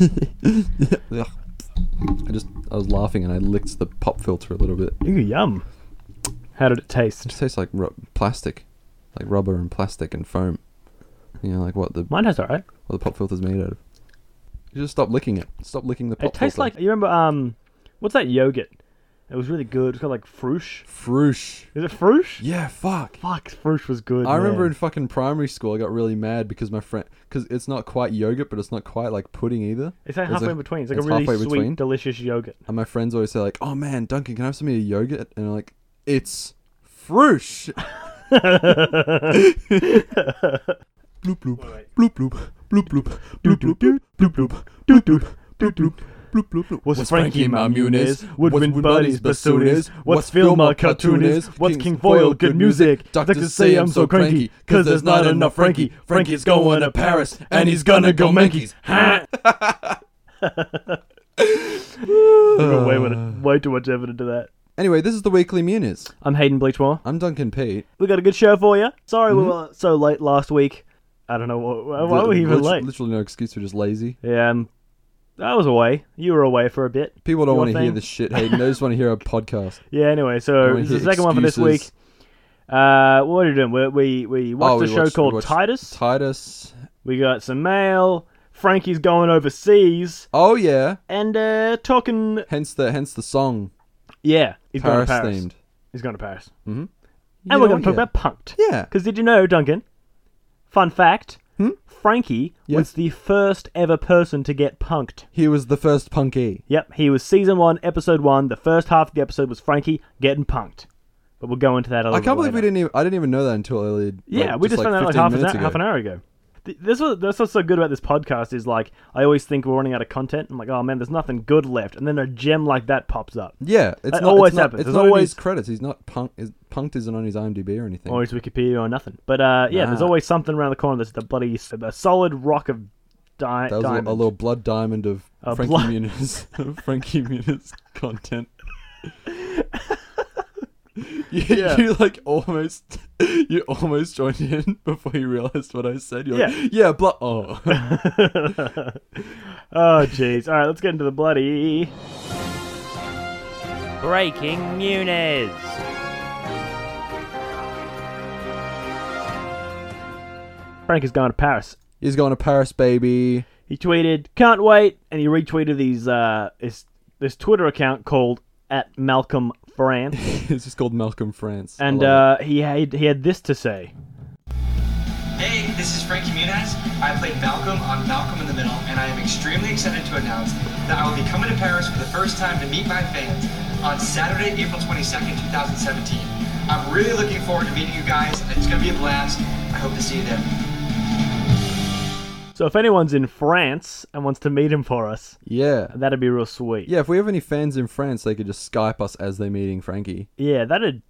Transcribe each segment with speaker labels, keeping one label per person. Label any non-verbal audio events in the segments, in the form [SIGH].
Speaker 1: Ugh. I just I was laughing and I licked the pop filter a little bit.
Speaker 2: Ooh, yum. How did it
Speaker 1: It
Speaker 2: taste?
Speaker 1: just tastes like ru- plastic, like rubber and plastic and foam. You know, like what the
Speaker 2: Mine tastes alright.
Speaker 1: what the pop filter's made out of. You just stop licking it. Stop licking the pop
Speaker 2: It tastes
Speaker 1: filter.
Speaker 2: like you remember um, what's that yogurt? It was really good. It's called like Frush.
Speaker 1: Froosh.
Speaker 2: Is it Frush?
Speaker 1: Yeah, fuck.
Speaker 2: Fuck, Frush was good.
Speaker 1: I remember
Speaker 2: man.
Speaker 1: in fucking primary school, I got really mad because my friend, because it's not quite yogurt, but it's not quite like pudding either.
Speaker 2: It's like
Speaker 1: There's a-
Speaker 2: halfway in between. It's like
Speaker 1: it's
Speaker 2: a really
Speaker 1: halfway
Speaker 2: sweet,
Speaker 1: between.
Speaker 2: delicious
Speaker 1: [LAUGHS]
Speaker 2: yogurt.
Speaker 1: And my friends always say like, "Oh man, Duncan, can I have some of your yogurt?" And I'm like, "It's
Speaker 2: [LAUGHS]
Speaker 1: frush." bloop bloop, bloop bloop, bloop bloop, bloop bloop, bloop bloop, bloop bloop, bloop bloop. Bloop, bloop, bloop.
Speaker 2: What's
Speaker 1: What's
Speaker 2: Frankie
Speaker 1: Frankie
Speaker 2: Mamoon
Speaker 1: Mamoon is?
Speaker 2: is? What's
Speaker 1: What's
Speaker 2: Win
Speaker 1: Win
Speaker 2: Buddy's
Speaker 1: Buddy's
Speaker 2: bassoon
Speaker 1: bassoon
Speaker 2: is?
Speaker 1: is?
Speaker 2: What's
Speaker 1: What's
Speaker 2: Filmer
Speaker 1: Filmer
Speaker 2: cartoon
Speaker 1: cartoon
Speaker 2: is?
Speaker 1: is?
Speaker 2: What's
Speaker 1: Kings
Speaker 2: King Foil good music? Doctors say I'm so cranky, cause there's not enough Frankie. Frankie's going to Paris, and he's gonna go Mankeys. Ha! We got way, with- way too much effort into that.
Speaker 1: Anyway, this is the weekly Muniz.
Speaker 2: I'm Hayden Bleachmore.
Speaker 1: I'm Duncan Pete.
Speaker 2: We got a good show for you. Sorry
Speaker 1: Mm-hmm.
Speaker 2: we were so late last week. I don't know why, why were we even
Speaker 1: Liter-
Speaker 2: late.
Speaker 1: Literally no excuse. We're just lazy.
Speaker 2: Yeah, um, I was away. You were away for a bit.
Speaker 1: People don't
Speaker 2: Your
Speaker 1: want to hear
Speaker 2: thing.
Speaker 1: this shit, Hayden. They just want to hear a podcast.
Speaker 2: Yeah. Anyway, so
Speaker 1: wanna
Speaker 2: this is the
Speaker 1: hear
Speaker 2: second one for this week.
Speaker 1: excuses.
Speaker 2: Uh, what are you doing? We we, we watched
Speaker 1: Oh,
Speaker 2: a
Speaker 1: we
Speaker 2: show
Speaker 1: watched- we
Speaker 2: called
Speaker 1: watched
Speaker 2: Titus.
Speaker 1: Titus.
Speaker 2: we got some mail. Frankie's going overseas
Speaker 1: Oh yeah.
Speaker 2: and uh, talking.
Speaker 1: Hence the hence the song.
Speaker 2: Yeah, he's going to
Speaker 1: Paris
Speaker 2: Paris.
Speaker 1: themed.
Speaker 2: He's going to Paris,
Speaker 1: Mm-hmm.
Speaker 2: and we're going to talk about Punked.
Speaker 1: Yeah.
Speaker 2: Because did you know, Duncan? Fun fact:
Speaker 1: Hmm?
Speaker 2: Frankie
Speaker 1: Yeah.
Speaker 2: was the first ever person to get punked.
Speaker 1: He was the first punky.
Speaker 2: Yep, he was season one, episode one. The first half of the episode was Frankie getting punked, but we'll go into that. A little
Speaker 1: I can't
Speaker 2: bit
Speaker 1: believe we
Speaker 2: later.
Speaker 1: didn't even I didn't even know that until early.
Speaker 2: Oh, Yeah,
Speaker 1: like,
Speaker 2: we just,
Speaker 1: like
Speaker 2: found out like
Speaker 1: 15
Speaker 2: half an,
Speaker 1: minutes
Speaker 2: hour, half an hour ago. Th- This was that's what's so good about this podcast is like I always think we're running out of content. I'm like, oh man, there's nothing good left, and then a gem like that pops up.
Speaker 1: Yeah, it's
Speaker 2: That
Speaker 1: not,
Speaker 2: always
Speaker 1: it's not,
Speaker 2: happens.
Speaker 1: It's
Speaker 2: There's
Speaker 1: not in
Speaker 2: always- Oh,
Speaker 1: his credits. He's not punk. Is, punked isn't on his IMDb or anything.
Speaker 2: Or it's Wikipedia or nothing. But uh, yeah, there's
Speaker 1: Nah.
Speaker 2: always something around the corner. There's the bloody s- a solid rock of di-
Speaker 1: that was a,
Speaker 2: diamond.
Speaker 1: little- a little blood diamond of
Speaker 2: A
Speaker 1: Frankie
Speaker 2: blood-
Speaker 1: Muniz. [LAUGHS] Frankie Muniz
Speaker 2: [LAUGHS]
Speaker 1: content. you,
Speaker 2: Yeah.
Speaker 1: you like almost [LAUGHS] you almost joined in [LAUGHS] before you realized what I said. You're
Speaker 2: Yeah.
Speaker 1: like, yeah, blood. Oh.
Speaker 2: [LAUGHS]
Speaker 1: [LAUGHS]
Speaker 2: oh jeez. All right, let's get into the bloody.
Speaker 3: Breaking Muniz.
Speaker 2: Frank is going to Paris.
Speaker 1: He's going to Paris, baby. [LAUGHS]
Speaker 2: He tweeted, "Can't wait," and he retweeted these uh this this Twitter account called at Malcolm France.
Speaker 1: it's just called Malcolm France. [LAUGHS] I
Speaker 2: And
Speaker 1: love
Speaker 2: uh, he had he had this to say.
Speaker 4: Hey, this is Frankie Muniz. I played Malcolm on Malcolm in the Middle, and I am extremely excited to announce that I will be coming to Paris for the first time to meet my fans on Saturday, April 22nd, 2017. I'm really looking forward to meeting you guys. It's going to be a blast. I hope to see you there.
Speaker 2: So if anyone's in France and wants to meet him for us,
Speaker 1: it. yeah,
Speaker 2: that'd be real sweet.
Speaker 1: yeah. If we have any fans in France, they could just Skype us as they're meeting
Speaker 2: [LAUGHS]
Speaker 1: Frankie.
Speaker 2: Yeah, that'd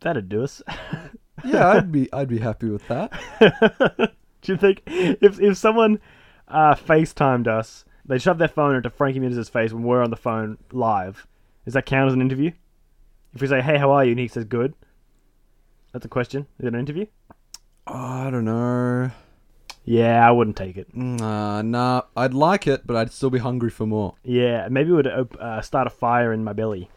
Speaker 2: that'd do us. [LAUGHS]
Speaker 1: Yeah, I'd be, I'd be happy with that.
Speaker 2: do you think if if someone uh, FaceTimed us, they shoved their phone into Frankie Muniz's face when we're on the phone live, does that count as an interview? If we say, "Hey, how are you?" and he says, "Good," that's a question. Is it an interview?
Speaker 1: Oh, I don't know.
Speaker 2: Yeah, I wouldn't take it.
Speaker 1: Nah, nah. I'd like it, but I'd still be hungry for more.
Speaker 2: Yeah, maybe it would op- uh, start a fire in my belly.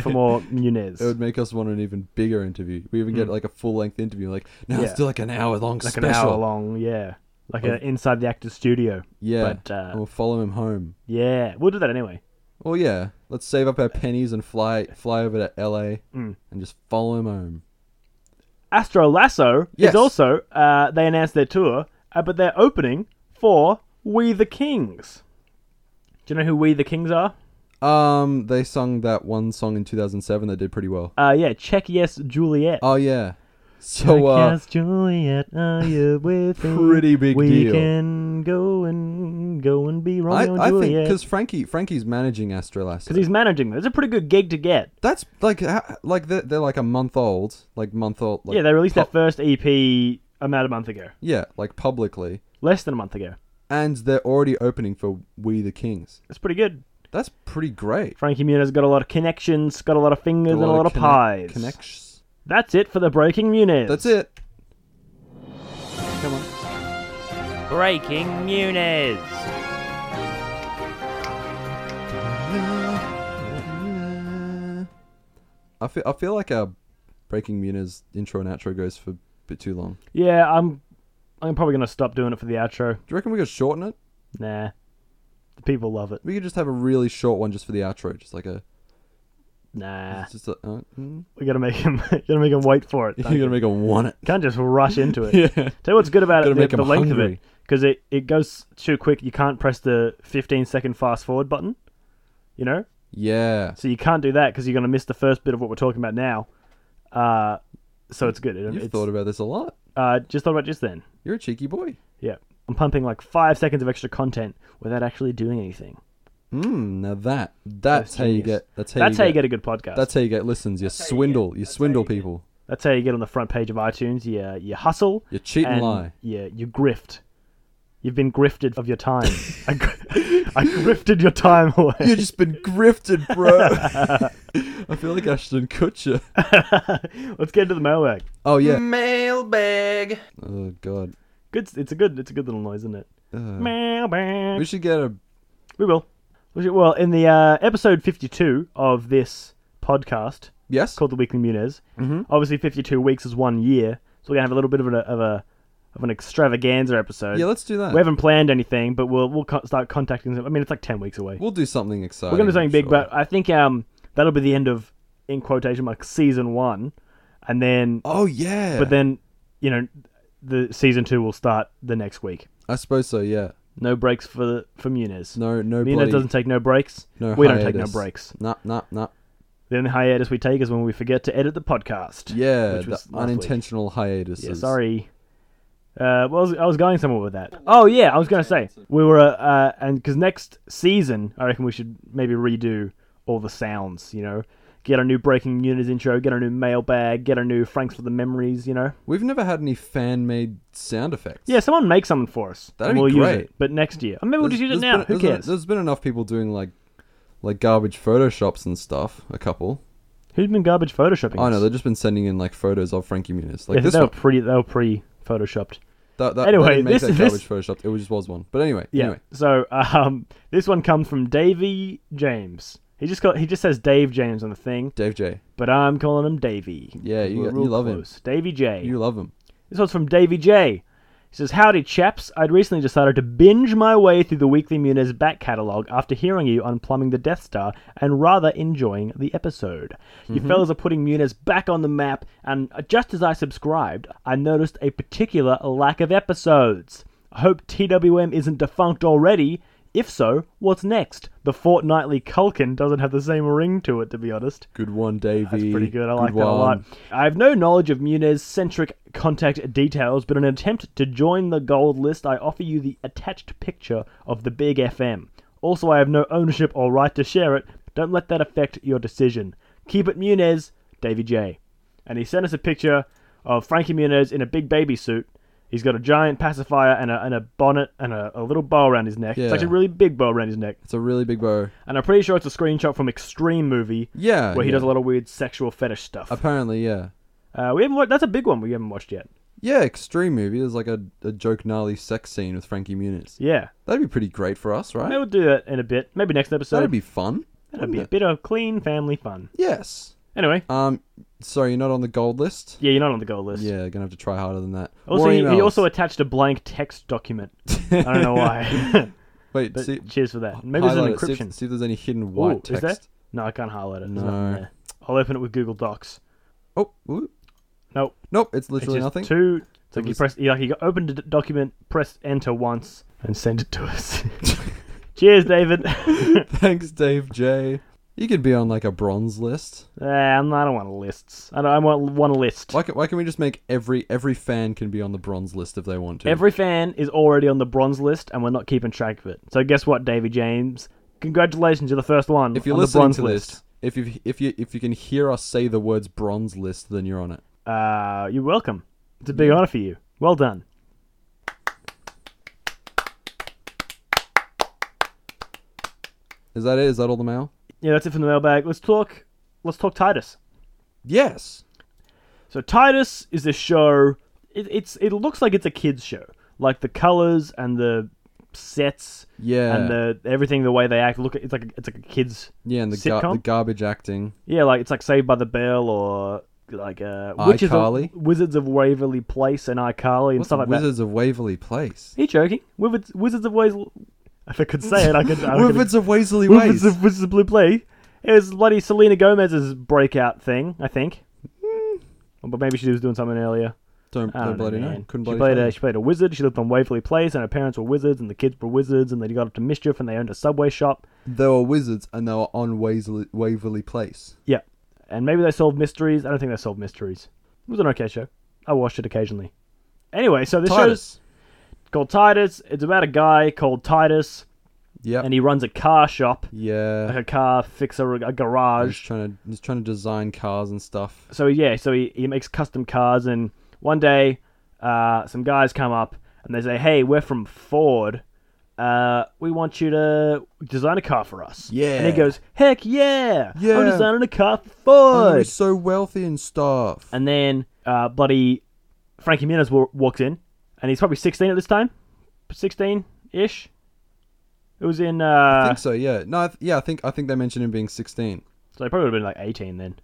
Speaker 1: [LAUGHS]
Speaker 2: for more Muniz.
Speaker 1: It would make us want an even bigger interview. We even get like a full length interview. Like now
Speaker 2: Hmm. Yeah.
Speaker 1: it's still like an hour long
Speaker 2: like
Speaker 1: special.
Speaker 2: an hour long, yeah, like a, inside the actor's studio.
Speaker 1: Yeah,
Speaker 2: but uh,
Speaker 1: and we'll follow him home.
Speaker 2: yeah, we'll do that anyway.
Speaker 1: Well, yeah. Let's save up our pennies and fly fly over to LA
Speaker 2: Hmm.
Speaker 1: and just follow him home.
Speaker 2: Astro Lasso
Speaker 1: Yes.
Speaker 2: is also uh, they announced their tour, uh, but they're opening for We the Kings. Do you know who We the Kings are?
Speaker 1: Um, they sung that one song in 2007 that did pretty well.
Speaker 2: Uh, yeah, check yes Juliet.
Speaker 1: Oh yeah. So
Speaker 2: Check
Speaker 1: uh,
Speaker 2: yes Juliet, are
Speaker 1: [LAUGHS]
Speaker 2: you with me?
Speaker 1: Pretty big
Speaker 2: we
Speaker 1: deal.
Speaker 2: can go and go and be
Speaker 1: I,
Speaker 2: Romeo and
Speaker 1: I think
Speaker 2: Juliet.
Speaker 1: because Frankie Frankie's managing Astro Lasso.
Speaker 2: he's managing them. It's a pretty good gig to get.
Speaker 1: That's like ha- like they're, they're like a month old, like month old. Like,
Speaker 2: yeah, they released their
Speaker 1: that.
Speaker 2: first EP about a month ago,
Speaker 1: Yeah, like publicly,
Speaker 2: less than a month ago.
Speaker 1: and they're already opening for We the Kings.
Speaker 2: It's pretty good.
Speaker 1: That's pretty great.
Speaker 2: Frankie Muniz got a lot of connections, got a lot of fingers, and a lot of,
Speaker 1: connect-
Speaker 2: pies.
Speaker 1: Connections.
Speaker 2: That's it for the Breaking Muniz.
Speaker 1: That's it.
Speaker 3: Breaking Muniz.
Speaker 1: I feel I feel like our breaking Muniz intro and outro goes for a bit too long.
Speaker 2: Yeah, I'm. I'm probably gonna stop doing it for the outro.
Speaker 1: Do you reckon we could shorten it?
Speaker 2: Nah, the people love it.
Speaker 1: We could just have a really short one just for the outro, just like a
Speaker 2: Nah,
Speaker 1: it's just a, uh, mm.
Speaker 2: we gotta make him. [LAUGHS] gotta make him wait for [LAUGHS]
Speaker 1: [LAUGHS]
Speaker 2: it.
Speaker 1: you're gonna make a want it.
Speaker 2: Can't just rush into [LAUGHS] it.
Speaker 1: [LAUGHS] Yeah.
Speaker 2: Tell you what's good about
Speaker 1: Gotta
Speaker 2: it, the,
Speaker 1: make 'em
Speaker 2: the length of it,
Speaker 1: hungry.
Speaker 2: because it, it goes too quick. You can't press the 15 second fast forward button, you know?
Speaker 1: Yeah.
Speaker 2: So you can't do that because you're going to miss the first bit of what we're talking about now. Uh, so it's good. It,
Speaker 1: You've
Speaker 2: it's,
Speaker 1: thought about this a lot.
Speaker 2: uh, just thought about just then.
Speaker 1: You're a cheeky boy.
Speaker 2: Yeah. I'm pumping like five seconds of extra content without actually doing anything.
Speaker 1: Mm, now that that's how you
Speaker 2: genius.
Speaker 1: get that's how
Speaker 2: That's
Speaker 1: you
Speaker 2: how you
Speaker 1: get,
Speaker 2: get a good podcast.
Speaker 1: that's how you get listens. You swindle. You swindle people.
Speaker 2: That's how you get on the front page of iTunes. You, uh, you hustle.
Speaker 1: You cheat and
Speaker 2: and
Speaker 1: lie.
Speaker 2: You, you grift. You've been grifted of
Speaker 1: [LAUGHS]
Speaker 2: your time. I, gr- I grifted your time away.
Speaker 1: You've just been grifted, bro.
Speaker 2: [LAUGHS]
Speaker 1: I feel like Ashton Kutcher.
Speaker 2: Let's get into the mailbag.
Speaker 1: Oh yeah.
Speaker 4: Mm, Mailbag.
Speaker 1: Oh god.
Speaker 2: Good. It's a good. It's a good little noise, isn't it?
Speaker 1: Uh,
Speaker 2: Mailbag.
Speaker 1: we should get a
Speaker 2: We will. We should- well, in the uh, episode fifty-two of this podcast
Speaker 1: yes.
Speaker 2: called the Weekly Muniz,
Speaker 1: Mm-hmm.
Speaker 2: obviously fifty-two weeks is one year, so we're gonna have a little bit of, an, of a of an extravaganza episode.
Speaker 1: Yeah, let's do that.
Speaker 2: we haven't planned anything, but we'll we'll co- start contacting them. I mean, it's like ten weeks away.
Speaker 1: We'll do something exciting.
Speaker 2: We're gonna do something
Speaker 1: I'm
Speaker 2: big,
Speaker 1: sure.
Speaker 2: but I think um that'll be the end of in quotation marks season one, and then
Speaker 1: oh yeah.
Speaker 2: but then you know the season two will start the next week.
Speaker 1: I suppose so. Yeah.
Speaker 2: No breaks for for Muniz.
Speaker 1: No. No.
Speaker 2: Muniz
Speaker 1: bloody,
Speaker 2: doesn't take no breaks.
Speaker 1: No.
Speaker 2: we don't take no
Speaker 1: hiatus.
Speaker 2: breaks.
Speaker 1: Nah. Nah. Nah.
Speaker 2: The only hiatus we take is when we forget to edit the podcast.
Speaker 1: Yeah.
Speaker 2: Which
Speaker 1: The
Speaker 2: was last week.
Speaker 1: unintentional hiatus.
Speaker 2: Yeah, sorry. Uh, well, I was, I was going somewhere with that. Oh yeah, I was going to say we were uh, uh and because next season I reckon we should maybe redo all the sounds. You know, get a new breaking units intro, get a new mailbag, get a new Franks for the memories. You know,
Speaker 1: We've never had any fan-made sound effects.
Speaker 2: yeah, someone make something for us.
Speaker 1: That'd
Speaker 2: and
Speaker 1: be
Speaker 2: we'll
Speaker 1: great.
Speaker 2: use it, but next year, or maybe we'll just use
Speaker 1: There's
Speaker 2: it now.
Speaker 1: been-
Speaker 2: Who
Speaker 1: there's-
Speaker 2: cares?
Speaker 1: there's been enough people doing like, like garbage photoshops and stuff. A couple.
Speaker 2: Who's been garbage photoshopping?
Speaker 1: I know
Speaker 2: us?
Speaker 1: they've just been sending in like photos of Frankie Muniz. Like
Speaker 2: Yeah,
Speaker 1: this
Speaker 2: they were
Speaker 1: one.
Speaker 2: pre they were pre photoshopped.
Speaker 1: That, that,
Speaker 2: Anyway,
Speaker 1: they didn't make
Speaker 2: this-
Speaker 1: that
Speaker 2: this-
Speaker 1: garbage photoshopped. It was- just was one. But anyway,
Speaker 2: Yeah.
Speaker 1: anyway,
Speaker 2: So um, this one comes from Davey James. He just got he just says Dave James on the thing,
Speaker 1: Dave J,
Speaker 2: but I'm calling him Davey.
Speaker 1: Yeah, you-
Speaker 2: We're
Speaker 1: you
Speaker 2: real
Speaker 1: love him.
Speaker 2: close. Davey J.
Speaker 1: you love him.
Speaker 2: This one's from Davey J. He says, Howdy, chaps. I'd recently decided to binge my way through the Weekly Muniz back catalogue after hearing you on Plumbing the Death Star and rather enjoying the episode. You fellas are putting Muniz back on the map, and just as I subscribed, I noticed a particular lack of episodes. I hope TWM isn't defunct already. If so, what's next? The fortnightly Culkin doesn't have the same ring to it, to be honest.
Speaker 1: Good one, Davey.
Speaker 2: That's pretty good. I like that a lot.
Speaker 1: one.
Speaker 2: I have no knowledge of Munez centric contact details, but in an attempt to join the gold list, I offer you the attached picture of the Big FM. Also, I have no ownership or right to share it. Don't let that affect your decision. Keep it Munez, Davy J. And he sent us a picture of Frankie Munez in a big baby suit. He's got a giant pacifier and a, and a bonnet and a, a little bow around his neck. It's
Speaker 1: Yeah.
Speaker 2: like a really big bow around his neck.
Speaker 1: It's a really big bow.
Speaker 2: And I'm pretty sure it's a screenshot from Extreme Movie
Speaker 1: Yeah.
Speaker 2: where
Speaker 1: Uh,
Speaker 2: he
Speaker 1: yeah.
Speaker 2: does a lot of weird sexual fetish stuff.
Speaker 1: Apparently, yeah.
Speaker 2: Uh, we haven't watched. That's a big one we haven't watched yet.
Speaker 1: Yeah, extreme movie. There's like a, a joke gnarly sex scene with Frankie Muniz.
Speaker 2: Yeah,
Speaker 1: That'd be pretty great for us, right?
Speaker 2: maybe we'll do that in a bit. Maybe next episode.
Speaker 1: That'd be fun.
Speaker 2: That'd
Speaker 1: wouldn't
Speaker 2: be a
Speaker 1: it?
Speaker 2: bit of clean family fun.
Speaker 1: Yes.
Speaker 2: Anyway,
Speaker 1: Um. Sorry, you're not on the gold list.
Speaker 2: yeah, you're not on the goal list.
Speaker 1: Yeah, gonna have to try harder than that.
Speaker 2: Also,
Speaker 1: More
Speaker 2: he, he
Speaker 1: emails.
Speaker 2: also attached a blank text document.
Speaker 1: [LAUGHS]
Speaker 2: I don't know why. [LAUGHS]
Speaker 1: wait.
Speaker 2: but
Speaker 1: see,
Speaker 2: cheers for that. Maybe there's an
Speaker 1: highlight it, see if- See
Speaker 2: encryption.
Speaker 1: if, there's any hidden
Speaker 2: Ooh,
Speaker 1: white
Speaker 2: is
Speaker 1: text.
Speaker 2: there? No, I can't highlight it. There's
Speaker 1: No.
Speaker 2: nothing there. I'll open it with Google Docs.
Speaker 1: Oh, ooh.
Speaker 2: Nope.
Speaker 1: nope. It's
Speaker 2: It's
Speaker 1: literally
Speaker 2: just
Speaker 1: nothing.
Speaker 2: two. It's like
Speaker 1: It
Speaker 2: you
Speaker 1: was-
Speaker 2: press, you like you opened a d- document, pressed enter once, and send it
Speaker 1: [LAUGHS]
Speaker 2: to us. Cheers, David.
Speaker 1: [LAUGHS]
Speaker 2: [LAUGHS]
Speaker 1: Thanks, Dave J. You could be on like a bronze list.
Speaker 2: Eh, I'm not, I don't want lists. I don't. I want one list.
Speaker 1: Why, can, why can we just make every every fan can be on the bronze list if they want to?
Speaker 2: Every fan is already on the bronze list, and we're not keeping track of it. So guess what, Davy James? Congratulations, you're the first one
Speaker 1: if you're
Speaker 2: on the
Speaker 1: listening
Speaker 2: bronze
Speaker 1: to
Speaker 2: list.
Speaker 1: this, if you if you if you can hear us say the words bronze list, then you're on it.
Speaker 2: Uh, you're welcome. It's a big honor for you. Well done.
Speaker 1: Is that it? Is that all the mail?
Speaker 2: Yeah, that's it from the mailbag. Let's talk. Let's talk Titus.
Speaker 1: Yes.
Speaker 2: So Titus is a show. It, it's it looks like it's a kids show. like the colors and the sets
Speaker 1: Yeah.
Speaker 2: and the everything the way they act. Look, it's like a, it's like a kids.
Speaker 1: yeah, and the, gar-
Speaker 2: sitcom?
Speaker 1: the garbage acting.
Speaker 2: Yeah, like it's like Saved by the Bell or like uh, Witches
Speaker 1: iCarly?
Speaker 2: of, Wizards of Waverly Place and iCarly and
Speaker 1: What's
Speaker 2: stuff like that.
Speaker 1: Wizards of Waverly Place?
Speaker 2: Are you joking? Wizards, Wizards of Waverly. If I could say it, I could. I could-
Speaker 1: Wizards of Waverly Ways.
Speaker 2: Wizards of, Wizards of Blue Play. It was bloody Selena Gomez's breakout thing, I think. But maybe she was doing something earlier.
Speaker 1: Hmm. Don't, don't
Speaker 2: I don't know,
Speaker 1: bloody know.
Speaker 2: man.
Speaker 1: Couldn't
Speaker 2: she
Speaker 1: bloody
Speaker 2: played
Speaker 1: tell
Speaker 2: a,
Speaker 1: you.
Speaker 2: she played a wizard. She lived on Waverly Place, and her parents were wizards, and the kids were wizards, and they got up to mischief, and they owned a subway shop.
Speaker 1: There were wizards, and they were on Waverly, Waverly Place.
Speaker 2: Yeah, and maybe they solved mysteries. I don't think they solved mysteries. It was an okay show. I watched it occasionally. Anyway, so this show is
Speaker 1: Titus.
Speaker 2: called Titus. It's about a guy called Titus,
Speaker 1: Yep.
Speaker 2: and he runs a car shop,
Speaker 1: yeah.
Speaker 2: like a car fixer, a
Speaker 1: He's
Speaker 2: garage.
Speaker 1: trying to he's trying to design cars and stuff.
Speaker 2: so yeah, so he, he makes custom cars, and one day, uh, some guys come up and they say, "Hey, we're from Ford. Uh, we want you to design a car for us." and
Speaker 1: Yeah.
Speaker 2: he goes, "Heck yeah!
Speaker 1: Yeah.
Speaker 2: I'm designing a car for
Speaker 1: Oh,
Speaker 2: Ford."
Speaker 1: he's so wealthy and stuff.
Speaker 2: And then uh, bloody Frankie Muniz wa- walks in, and he's probably 16 at this time, 16 ish. It was in
Speaker 1: I
Speaker 2: uh,
Speaker 1: think so. Yeah. No. I th- yeah. I think I think they mentioned him being sixteen.
Speaker 2: So they probably would have been like 18 then.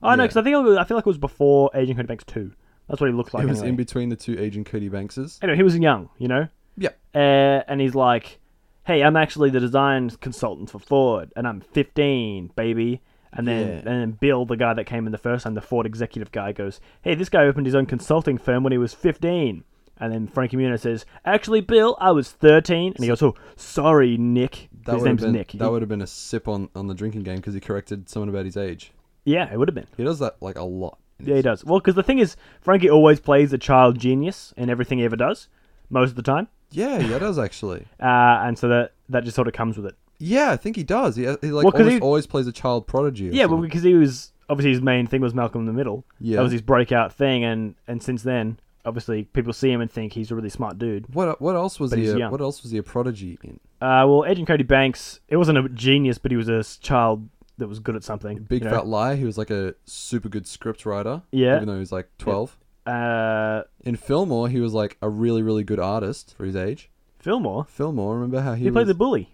Speaker 2: I know,
Speaker 1: Yeah.
Speaker 2: because I think it was, I feel like it was before Agent Cody Banks 2. That's what he looked like.
Speaker 1: He was
Speaker 2: anyway.
Speaker 1: in between the two aging Cody Bankses.
Speaker 2: anyway, he was young, you know?
Speaker 1: Yeah.
Speaker 2: Uh, and he's like, hey, I'm actually the design consultant for Ford, and I'm 15, baby. And then,
Speaker 1: Yeah.
Speaker 2: and then Bill, the guy that came in the first time, the Ford executive guy, goes, hey, this guy opened his own consulting firm when he was 15. And then Frankie Muniz says, actually, Bill, I was 13. And he goes, oh, sorry, Nick.
Speaker 1: That
Speaker 2: his
Speaker 1: would have
Speaker 2: name's
Speaker 1: been
Speaker 2: Nick.
Speaker 1: that would have been a sip on on the drinking game because he corrected someone about his age.
Speaker 2: yeah, it would have been.
Speaker 1: He does that like a lot.
Speaker 2: Yeah, he does. Well, because the thing is, Frankie always plays a child genius in everything he ever does, most of the time.
Speaker 1: Yeah. He does actually.
Speaker 2: Uh, and so that that just sort of comes with it.
Speaker 1: Yeah. I think he does. He, he like
Speaker 2: Well, 'cause
Speaker 1: almost
Speaker 2: he-
Speaker 1: always plays a child prodigy. or
Speaker 2: Yeah, well,
Speaker 1: something.
Speaker 2: because he was obviously his main thing was Malcolm in the Middle.
Speaker 1: Yeah.
Speaker 2: that was his breakout thing, and and since then, obviously, people see him and think he's a really smart dude.
Speaker 1: what what else was
Speaker 2: But
Speaker 1: he?
Speaker 2: he's
Speaker 1: A,
Speaker 2: young.
Speaker 1: what else was he a prodigy in?
Speaker 2: Uh, well, Agent Cody Banks, it wasn't a genius, but he was a s- child that was good at something.
Speaker 1: Big
Speaker 2: you know?
Speaker 1: Fat Lie. He was like a super good script writer.
Speaker 2: Yeah.
Speaker 1: Even though he was like twelve.
Speaker 2: Uh,
Speaker 1: In Fillmore, he was like a really, really good artist for his age.
Speaker 2: Fillmore,
Speaker 1: Fillmore, remember how he,
Speaker 2: he, played
Speaker 1: was-
Speaker 2: the bully,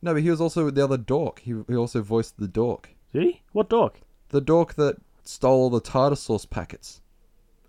Speaker 1: No, but he was also the other dork. He, he also voiced the dork.
Speaker 2: did he? What dog?
Speaker 1: The dork that stole all the tartar sauce packets.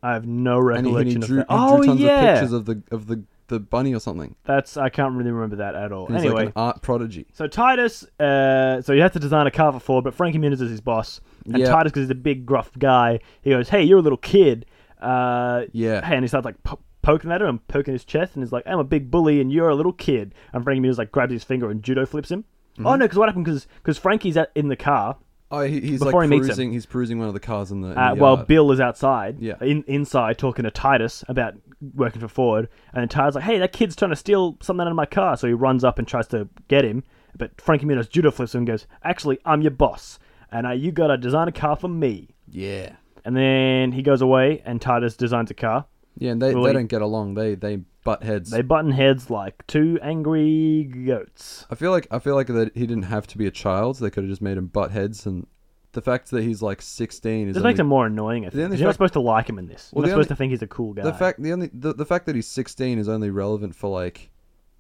Speaker 2: I have no
Speaker 1: And he,
Speaker 2: recollection
Speaker 1: and he drew,
Speaker 2: of that.
Speaker 1: he drew
Speaker 2: oh
Speaker 1: tons
Speaker 2: yeah,
Speaker 1: of pictures of the of the, the bunny or something.
Speaker 2: that's I can't really remember that at all.
Speaker 1: And he's
Speaker 2: anyway,
Speaker 1: like an art prodigy.
Speaker 2: So Titus, uh, so you have to design a car for Ford, but Frankie Muniz is his boss, and
Speaker 1: Yeah.
Speaker 2: Titus, because he's a big gruff guy, he goes, "Hey, you're a little kid." Uh,
Speaker 1: Yeah.
Speaker 2: Hey, and he starts like po- poking at him and poking his chest, and he's like, "I'm a big bully, and you're a little kid." And Frankie Muniz like grabs his finger and judo flips him.
Speaker 1: Mm-hmm.
Speaker 2: Oh no, because what happened? Because Frankie's at, in the car
Speaker 1: Oh, he, he's
Speaker 2: Before
Speaker 1: like
Speaker 2: he meets him.
Speaker 1: perusing. He's perusing one of the cars in the, in
Speaker 2: uh,
Speaker 1: the
Speaker 2: while
Speaker 1: yard.
Speaker 2: Bill is outside,
Speaker 1: Yeah.
Speaker 2: in, inside talking to Titus about working for Ford, and then Titus like, "Hey, that kid's trying to steal something out of my car," so he runs up and tries to get him, but Frankie Muniz judo flips him and goes, "Actually, I'm your boss, and uh, you got to design a car for me."
Speaker 1: yeah,
Speaker 2: And then he goes away, and Titus designs a car.
Speaker 1: yeah, and they,
Speaker 2: Well,
Speaker 1: they
Speaker 2: he-
Speaker 1: don't get along. They they butt heads.
Speaker 2: They button heads like two angry goats.
Speaker 1: I feel like I feel like that he didn't have to be a child. They could have just made him butt heads, and the fact that he's like sixteen is
Speaker 2: This
Speaker 1: only-
Speaker 2: makes him more annoying. I think.
Speaker 1: only
Speaker 2: 'cause You're not
Speaker 1: fact-
Speaker 2: supposed to like him in this.
Speaker 1: Well,
Speaker 2: You're
Speaker 1: the
Speaker 2: not supposed
Speaker 1: only-
Speaker 2: to think he's a cool guy.
Speaker 1: the fact the only the, the fact that he's 16 is only relevant for like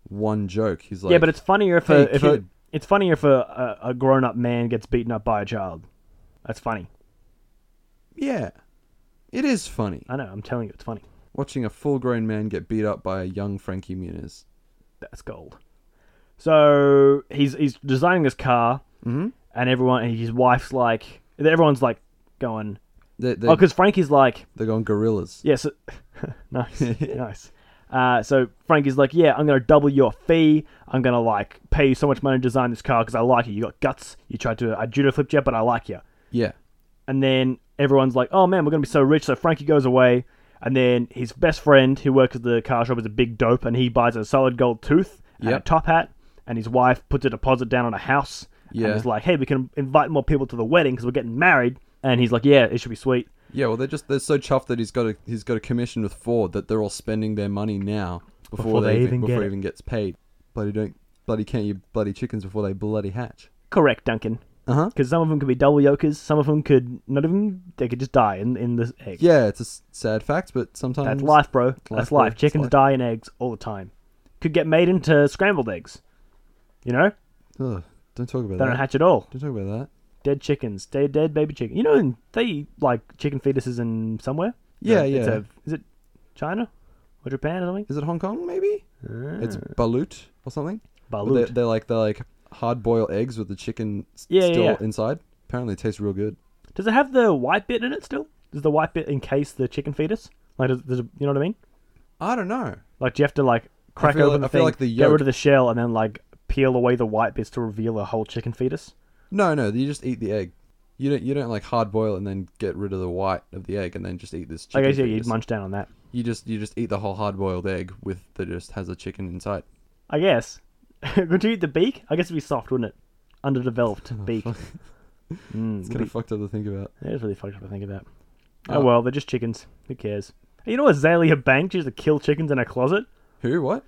Speaker 1: one joke he's like
Speaker 2: yeah, but it's funnier if
Speaker 1: "Hey,
Speaker 2: a, if a
Speaker 1: kid."
Speaker 2: it's funnier if a, a, a grown up man gets beaten up by a child. That's funny.
Speaker 1: yeah it is funny
Speaker 2: I know. I'm telling you, it's funny.
Speaker 1: watching a full grown man get beat up by a young frankie muniz
Speaker 2: That's gold. So he's he's designing this car,
Speaker 1: Mm-hmm.
Speaker 2: and everyone and his wife's like everyone's like going
Speaker 1: they, they,
Speaker 2: oh because Frankie's like
Speaker 1: they're going gorillas
Speaker 2: Yes. [LAUGHS]
Speaker 1: [LAUGHS]
Speaker 2: nice. nice. Uh, so Frankie's like, yeah, I'm gonna double your fee. I'm gonna like pay you so much money to design this car because I like you. You got guts. You tried to I judo flipped you, but I like you.
Speaker 1: yeah
Speaker 2: And then everyone's like, oh man, we're gonna be so rich. So Frankie goes away, and then his best friend who works at the car shop is a big dope, and he buys a solid gold tooth and a
Speaker 1: Yep.
Speaker 2: top hat, and his wife puts a deposit down on a house.
Speaker 1: Yeah.
Speaker 2: And is like, hey, we can invite more people to the wedding because we're getting married. And he's like, yeah, it should be sweet.
Speaker 1: yeah well they're just they're so chuffed that he's got a he's got a commission with ford that they're all spending their money now before,
Speaker 2: Before
Speaker 1: they,
Speaker 2: they
Speaker 1: even
Speaker 2: even get
Speaker 1: before
Speaker 2: it.
Speaker 1: it even gets paid bloody don't bloody can't you bloody chickens before they bloody hatch
Speaker 2: Correct, Duncan.
Speaker 1: Uh-huh.
Speaker 2: Because some of them could be double yokers, some of them could not even. They could just die in in the egg.
Speaker 1: Yeah, it's a s- sad fact, but sometimes
Speaker 2: That's life, bro. That's
Speaker 1: Life, bro.
Speaker 2: life.
Speaker 1: It's
Speaker 2: Chickens
Speaker 1: life.
Speaker 2: die in eggs all the time. Could get made into scrambled eggs. You know,
Speaker 1: Ugh, don't talk about
Speaker 2: they
Speaker 1: that.
Speaker 2: don't hatch at all.
Speaker 1: don't talk about that.
Speaker 2: Dead chickens, dead, dead baby chicken. You know, and they eat, like chicken fetuses in somewhere.
Speaker 1: Yeah,
Speaker 2: Uh, it's
Speaker 1: yeah.
Speaker 2: a- is it China or Japan or something?
Speaker 1: Is it Hong Kong? Maybe it's balut or something. But
Speaker 2: Ah. Balut.
Speaker 1: They, they're like they're like hard boiled eggs with the chicken s-
Speaker 2: Yeah, yeah,
Speaker 1: still
Speaker 2: yeah.
Speaker 1: inside. Apparently, it tastes real good.
Speaker 2: Does it have the white bit in it still? Does the white bit encase the chicken fetus? Like, does, does it, you know what I mean?
Speaker 1: I don't know.
Speaker 2: Like, do you have to like crack
Speaker 1: feel like- I
Speaker 2: open the
Speaker 1: feel
Speaker 2: thing,
Speaker 1: like the
Speaker 2: get
Speaker 1: yolk-
Speaker 2: rid of the shell, and then like peel away the white bits to reveal a whole chicken fetus?
Speaker 1: No, no, you just eat the egg. You don't you don't like hard boil and then get rid of the white of the egg and then just eat this
Speaker 2: I
Speaker 1: chicken.
Speaker 2: guess yeah, you'd
Speaker 1: fingers.
Speaker 2: munch down on that.
Speaker 1: You just you just eat the whole hard boiled egg with that just has a chicken inside.
Speaker 2: I guess. [LAUGHS] Would you eat the beak? I guess it'd be soft, wouldn't it?
Speaker 1: [LAUGHS]
Speaker 2: Underdeveloped beak. Mm,
Speaker 1: It's
Speaker 2: would
Speaker 1: kind of
Speaker 2: be-
Speaker 1: fucked up to think about.
Speaker 2: that is really fucked up to think about.
Speaker 1: Oh.
Speaker 2: Oh well, they're just chickens. Who cares? You know Azalea Banks used to kill chickens in her closet?
Speaker 1: Who? What?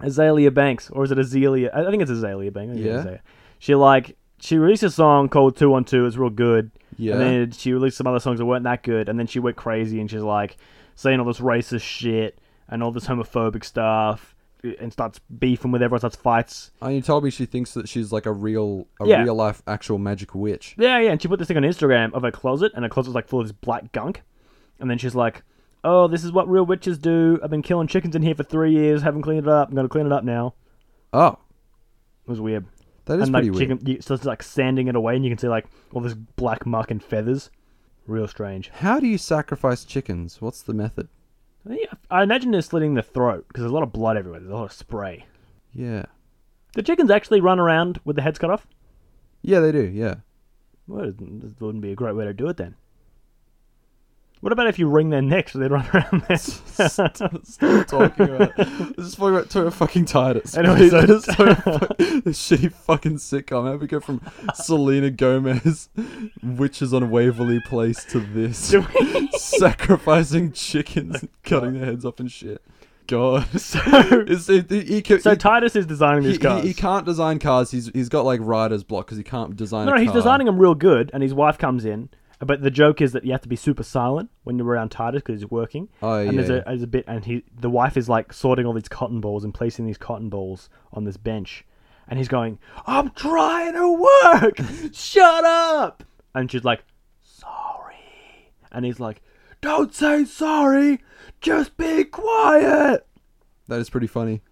Speaker 2: Azalea Banks, or is it Azalea? I I think it's Azalea Banks. I think it's
Speaker 1: Yeah.
Speaker 2: Azalea. She like she released a song called Two One Two. It's real good.
Speaker 1: Yeah.
Speaker 2: And then she released some other songs that weren't that good. And then she went crazy and she's like saying all this racist shit and all this homophobic stuff uh, and starts beefing with everyone. Starts fights.
Speaker 1: And you told me she thinks that she's like a real a
Speaker 2: Yeah.
Speaker 1: real life actual magic witch.
Speaker 2: Yeah, yeah. And she put this thing on Instagram of her closet, and her closet was like full of this black gunk. And then she's like, "Oh, this is what real witches do. I've been killing chickens in here for three years. Haven't cleaned it up. I'm gonna clean it up now."
Speaker 1: Oh,
Speaker 2: It was weird.
Speaker 1: that is
Speaker 2: and
Speaker 1: pretty
Speaker 2: like
Speaker 1: weird.
Speaker 2: chicken, you, so it's like sanding it away, and you can see like all this black muck and feathers. Real strange.
Speaker 1: How do you sacrifice chickens? What's the method?
Speaker 2: I think- I imagine they're slitting the throat because there's a lot of blood everywhere. There's a lot of spray.
Speaker 1: Yeah.
Speaker 2: The chickens actually run around with their heads cut off.
Speaker 1: Yeah, they do.
Speaker 2: [LAUGHS]
Speaker 1: Yeah.
Speaker 2: Well, it this wouldn't be a great way to do it then. What about if you wring their necks so they run [LAUGHS] around
Speaker 1: [LAUGHS]
Speaker 2: there?
Speaker 1: Stop talking about it. This is fucking, about- talking about fucking Titus.
Speaker 2: Anyway,
Speaker 1: [LAUGHS]
Speaker 2: so-
Speaker 1: this
Speaker 2: [LAUGHS]
Speaker 1: shitty fucking sitcom. How we go from Selena Gomez, witches on Waverly Place, to
Speaker 2: [LAUGHS]
Speaker 1: this sacrificing
Speaker 2: Oh
Speaker 1: chickens, and cutting their heads off and shit. God, [LAUGHS]
Speaker 2: so,
Speaker 1: it's, it, it, he, ca-
Speaker 2: so
Speaker 1: he-
Speaker 2: Titus is designing
Speaker 1: he,
Speaker 2: these cars.
Speaker 1: he, he can't design cars. He's he's got like writer's block because he can't design.
Speaker 2: no,
Speaker 1: a
Speaker 2: no, he's
Speaker 1: car.
Speaker 2: designing them real good, and his wife comes in. But the joke is that you have to be super silent when you're around Titus because he's working.
Speaker 1: Oh, yeah,
Speaker 2: and there's,
Speaker 1: yeah.
Speaker 2: A, there's a bit, and he, the wife is like sorting all these cotton balls and placing these cotton balls on this bench, and he's going, "I'm trying to work. [LAUGHS] Shut up!" And she's like, "Sorry," and he's like, "Don't say sorry. Just be quiet."
Speaker 1: That is pretty funny.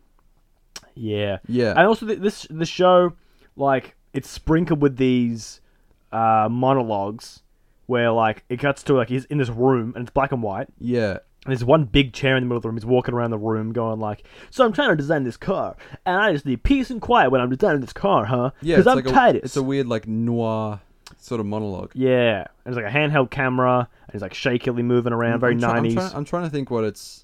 Speaker 2: Yeah.
Speaker 1: Yeah.
Speaker 2: And also th- this the show, like it's sprinkled with these uh, monologues where like it cuts to like he's in this room and it's black and white.
Speaker 1: Yeah.
Speaker 2: And there's one big chair in the middle of the room. He's walking around the room going like, "So I'm trying to design this car, and I just need peace and quiet when I'm designing this car, huh?
Speaker 1: Yeah,
Speaker 2: because
Speaker 1: it's
Speaker 2: I'm
Speaker 1: like
Speaker 2: Titus."
Speaker 1: A, it's a weird like noir sort of monologue.
Speaker 2: yeah, and there's like a handheld camera, and he's like shakily moving around, very
Speaker 1: I'm try- I'm
Speaker 2: 90s.
Speaker 1: try- I'm trying to think what it's.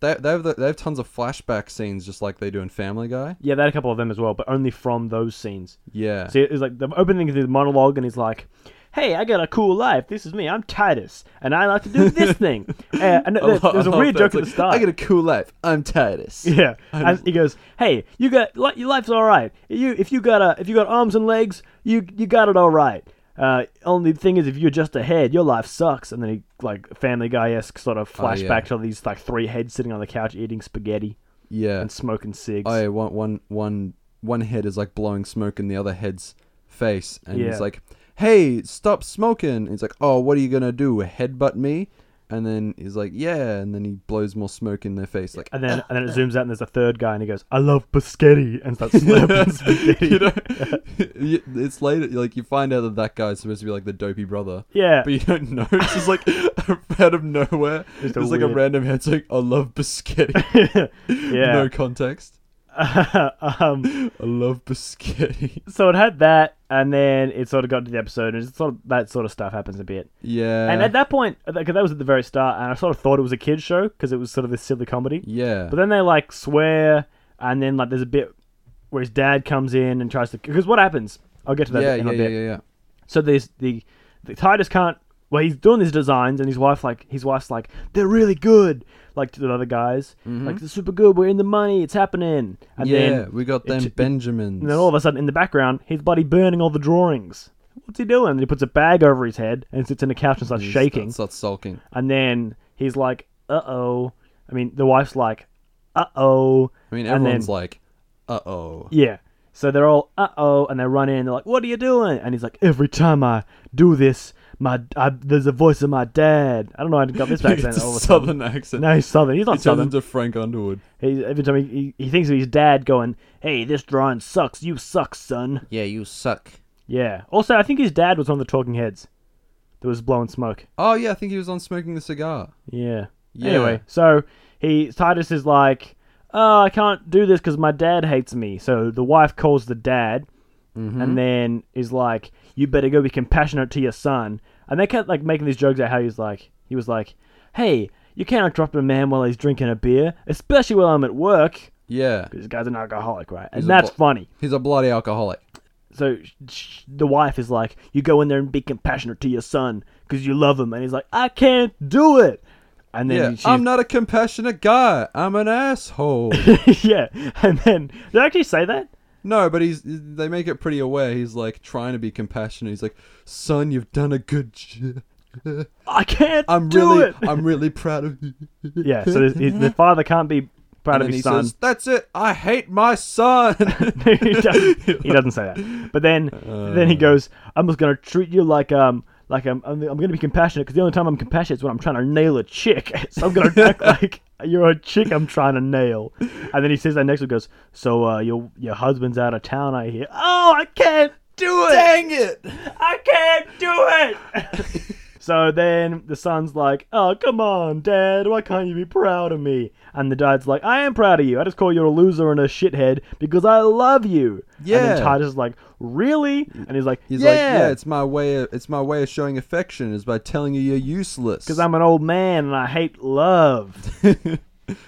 Speaker 1: They they have the, they have tons of flashback scenes just like they do in Family Guy.
Speaker 2: yeah, they had a couple of them as well, but only from those scenes.
Speaker 1: Yeah. [LAUGHS]
Speaker 2: So it's like the opening of the monologue, and he's like, "Hey, I got a cool life. This is me. I'm Titus, and I like to
Speaker 1: [LAUGHS]
Speaker 2: do this thing." Uh, and
Speaker 1: I
Speaker 2: there-
Speaker 1: lo-
Speaker 2: there's
Speaker 1: I
Speaker 2: a
Speaker 1: love
Speaker 2: weird
Speaker 1: that.
Speaker 2: joke
Speaker 1: It's
Speaker 2: at the
Speaker 1: like,
Speaker 2: start.
Speaker 1: I get a cool life. I'm Titus.
Speaker 2: [LAUGHS] yeah,
Speaker 1: I
Speaker 2: and he goes, "Hey, you got li- your life's all right. You if you got a if you got arms and legs, you you got it all right. Uh, only thing is, if you're just a head, your life sucks." And then he like Family Guy esque sort of
Speaker 1: Oh, yeah.
Speaker 2: flashback to these like three heads sitting on the couch eating spaghetti
Speaker 1: [LAUGHS] Yeah.
Speaker 2: and smoking cigs.
Speaker 1: Oh, yeah, one, one, one, one head is like blowing smoke in the other head's face, and
Speaker 2: Yeah.
Speaker 1: he's like, "Hey, stop smoking!" And he's like, "Oh, what are you gonna do? Headbutt me?" And then he's like, "Yeah," and then he blows more smoke in their face, like.
Speaker 2: And then,
Speaker 1: [LAUGHS]
Speaker 2: and then it zooms out, and there's a third guy, and he goes, "I love biscotti," and starts [LAUGHS] slapping
Speaker 1: [LAUGHS]
Speaker 2: spaghetti.
Speaker 1: you
Speaker 2: [LAUGHS]
Speaker 1: know, you- it's later like you find out that that guy's supposed to be like the dopey brother.
Speaker 2: Yeah. [LAUGHS]
Speaker 1: but you don't know. It's just like [LAUGHS] out of nowhere. It's
Speaker 2: Just a
Speaker 1: like a
Speaker 2: weird-
Speaker 1: random head saying, "I love biscotti."
Speaker 2: [LAUGHS] yeah.
Speaker 1: No context.
Speaker 2: [LAUGHS] um,
Speaker 1: I love biscotti. [LAUGHS]
Speaker 2: so it had that, and then it sort of got to the episode, and it's sort of, that sort of stuff happens a bit.
Speaker 1: Yeah.
Speaker 2: and at that point, because that was at the very start, and I sort of thought it was a kids show because it was sort of this silly comedy.
Speaker 1: yeah.
Speaker 2: But then they like swear, and then like there's a bit where his dad comes in and tries to. Because what happens? I'll get to that
Speaker 1: yeah,
Speaker 2: in
Speaker 1: yeah,
Speaker 2: a
Speaker 1: yeah,
Speaker 2: bit.
Speaker 1: yeah, yeah.
Speaker 2: So there's the, the Titus can't. Well, he's doing these designs, and his wife like his wife's like they're really good, like to the other guys, like they're super good. We're in the money, it's happening. And
Speaker 1: Mm-hmm. yeah,
Speaker 2: then
Speaker 1: we got
Speaker 2: it-
Speaker 1: them
Speaker 2: it-
Speaker 1: Benjamins.
Speaker 2: and then all of a sudden in the background, he's bloody burning all the drawings. what's he doing? And he puts a bag over his head and sits on the couch and starts shaking.
Speaker 1: Starts sulking.
Speaker 2: And then he's like, "Uh oh." I mean, the wife's like, "Uh oh."
Speaker 1: I mean,
Speaker 2: And then-
Speaker 1: everyone's like, uh
Speaker 2: [LAUGHS]
Speaker 1: oh.
Speaker 2: Yeah. So they're all uh oh, and they run in. They're like, "What are you doing?" And he's like, "Every time I do this, my I, there's a voice of my dad." I don't know. I
Speaker 1: [LAUGHS]
Speaker 2: got this
Speaker 1: It's
Speaker 2: accent
Speaker 1: a
Speaker 2: all of a sudden.
Speaker 1: southern accent.
Speaker 2: No, he's southern. He's not
Speaker 1: he turns
Speaker 2: southern.
Speaker 1: into Frank Underwood.
Speaker 2: He, every time he, he, he thinks of his dad going, "Hey, this drawing sucks. You suck, son."
Speaker 1: Yeah, you suck.
Speaker 2: Yeah. Also, I think his dad was one of the Talking Heads that was blowing smoke.
Speaker 1: Oh yeah, I think he was on smoking the cigar.
Speaker 2: Yeah.
Speaker 1: Yeah.
Speaker 2: Anyway, so he Titus is like, "Oh, I can't do this because my dad hates me." So the wife calls the dad,
Speaker 1: Mm-hmm.
Speaker 2: and then is like, "You better go be compassionate to your son." And they kept like making these jokes about how he's like, he was like, "Hey, you cannot drop a man while he's drinking a beer, especially while I'm at work."
Speaker 1: Yeah,
Speaker 2: This guy's an alcoholic, right? And
Speaker 1: He's a
Speaker 2: that's
Speaker 1: bo-
Speaker 2: funny.
Speaker 1: he's a bloody alcoholic.
Speaker 2: So sh- sh- the wife is like, "You go in there and be compassionate to your son because you love him," and he's like, "I can't do it." And
Speaker 1: Yeah,
Speaker 2: then she's,
Speaker 1: I'm not a compassionate guy. I'm an
Speaker 2: [LAUGHS]
Speaker 1: asshole.
Speaker 2: yeah, and then did I actually say that?
Speaker 1: no, but he's they make it pretty aware. He's like trying to be compassionate. He's like, son, you've done a good. J-
Speaker 2: I can't
Speaker 1: I'm
Speaker 2: do
Speaker 1: really,
Speaker 2: it.
Speaker 1: I'm really proud of you.
Speaker 2: [LAUGHS] yeah, so his, his, the father can't be proud
Speaker 1: And
Speaker 2: of
Speaker 1: then
Speaker 2: his
Speaker 1: he
Speaker 2: son.
Speaker 1: says, "That's it. I hate my
Speaker 2: [LAUGHS]
Speaker 1: son." [LAUGHS]
Speaker 2: he, doesn't, he doesn't say that. But then, then he goes, "I'm just gonna treat you like um." Like I'm, I'm, I'm gonna be compassionate because the only time I'm compassionate is when I'm trying to nail a chick. [LAUGHS] So I'm gonna act like you're a chick I'm trying to nail. And then he says that next one goes, so uh, your your husband's out of town. I hear. Oh, I can't do it.
Speaker 1: Dang it!
Speaker 2: I can't do it. [LAUGHS] so then the son's like, "Oh, come on, Dad. Why can't you be proud of me?" And the dad's like, "I am proud of you. I just call you a loser and a shithead because I love you." And
Speaker 1: Yeah.
Speaker 2: then Titus is like, "Really?" And he's like,
Speaker 1: He's
Speaker 2: yeah,
Speaker 1: like, "Yeah, it's my way. Of, it's my way of showing affection is by telling you you're useless."
Speaker 2: because I'm an old man and I hate love."
Speaker 1: [LAUGHS]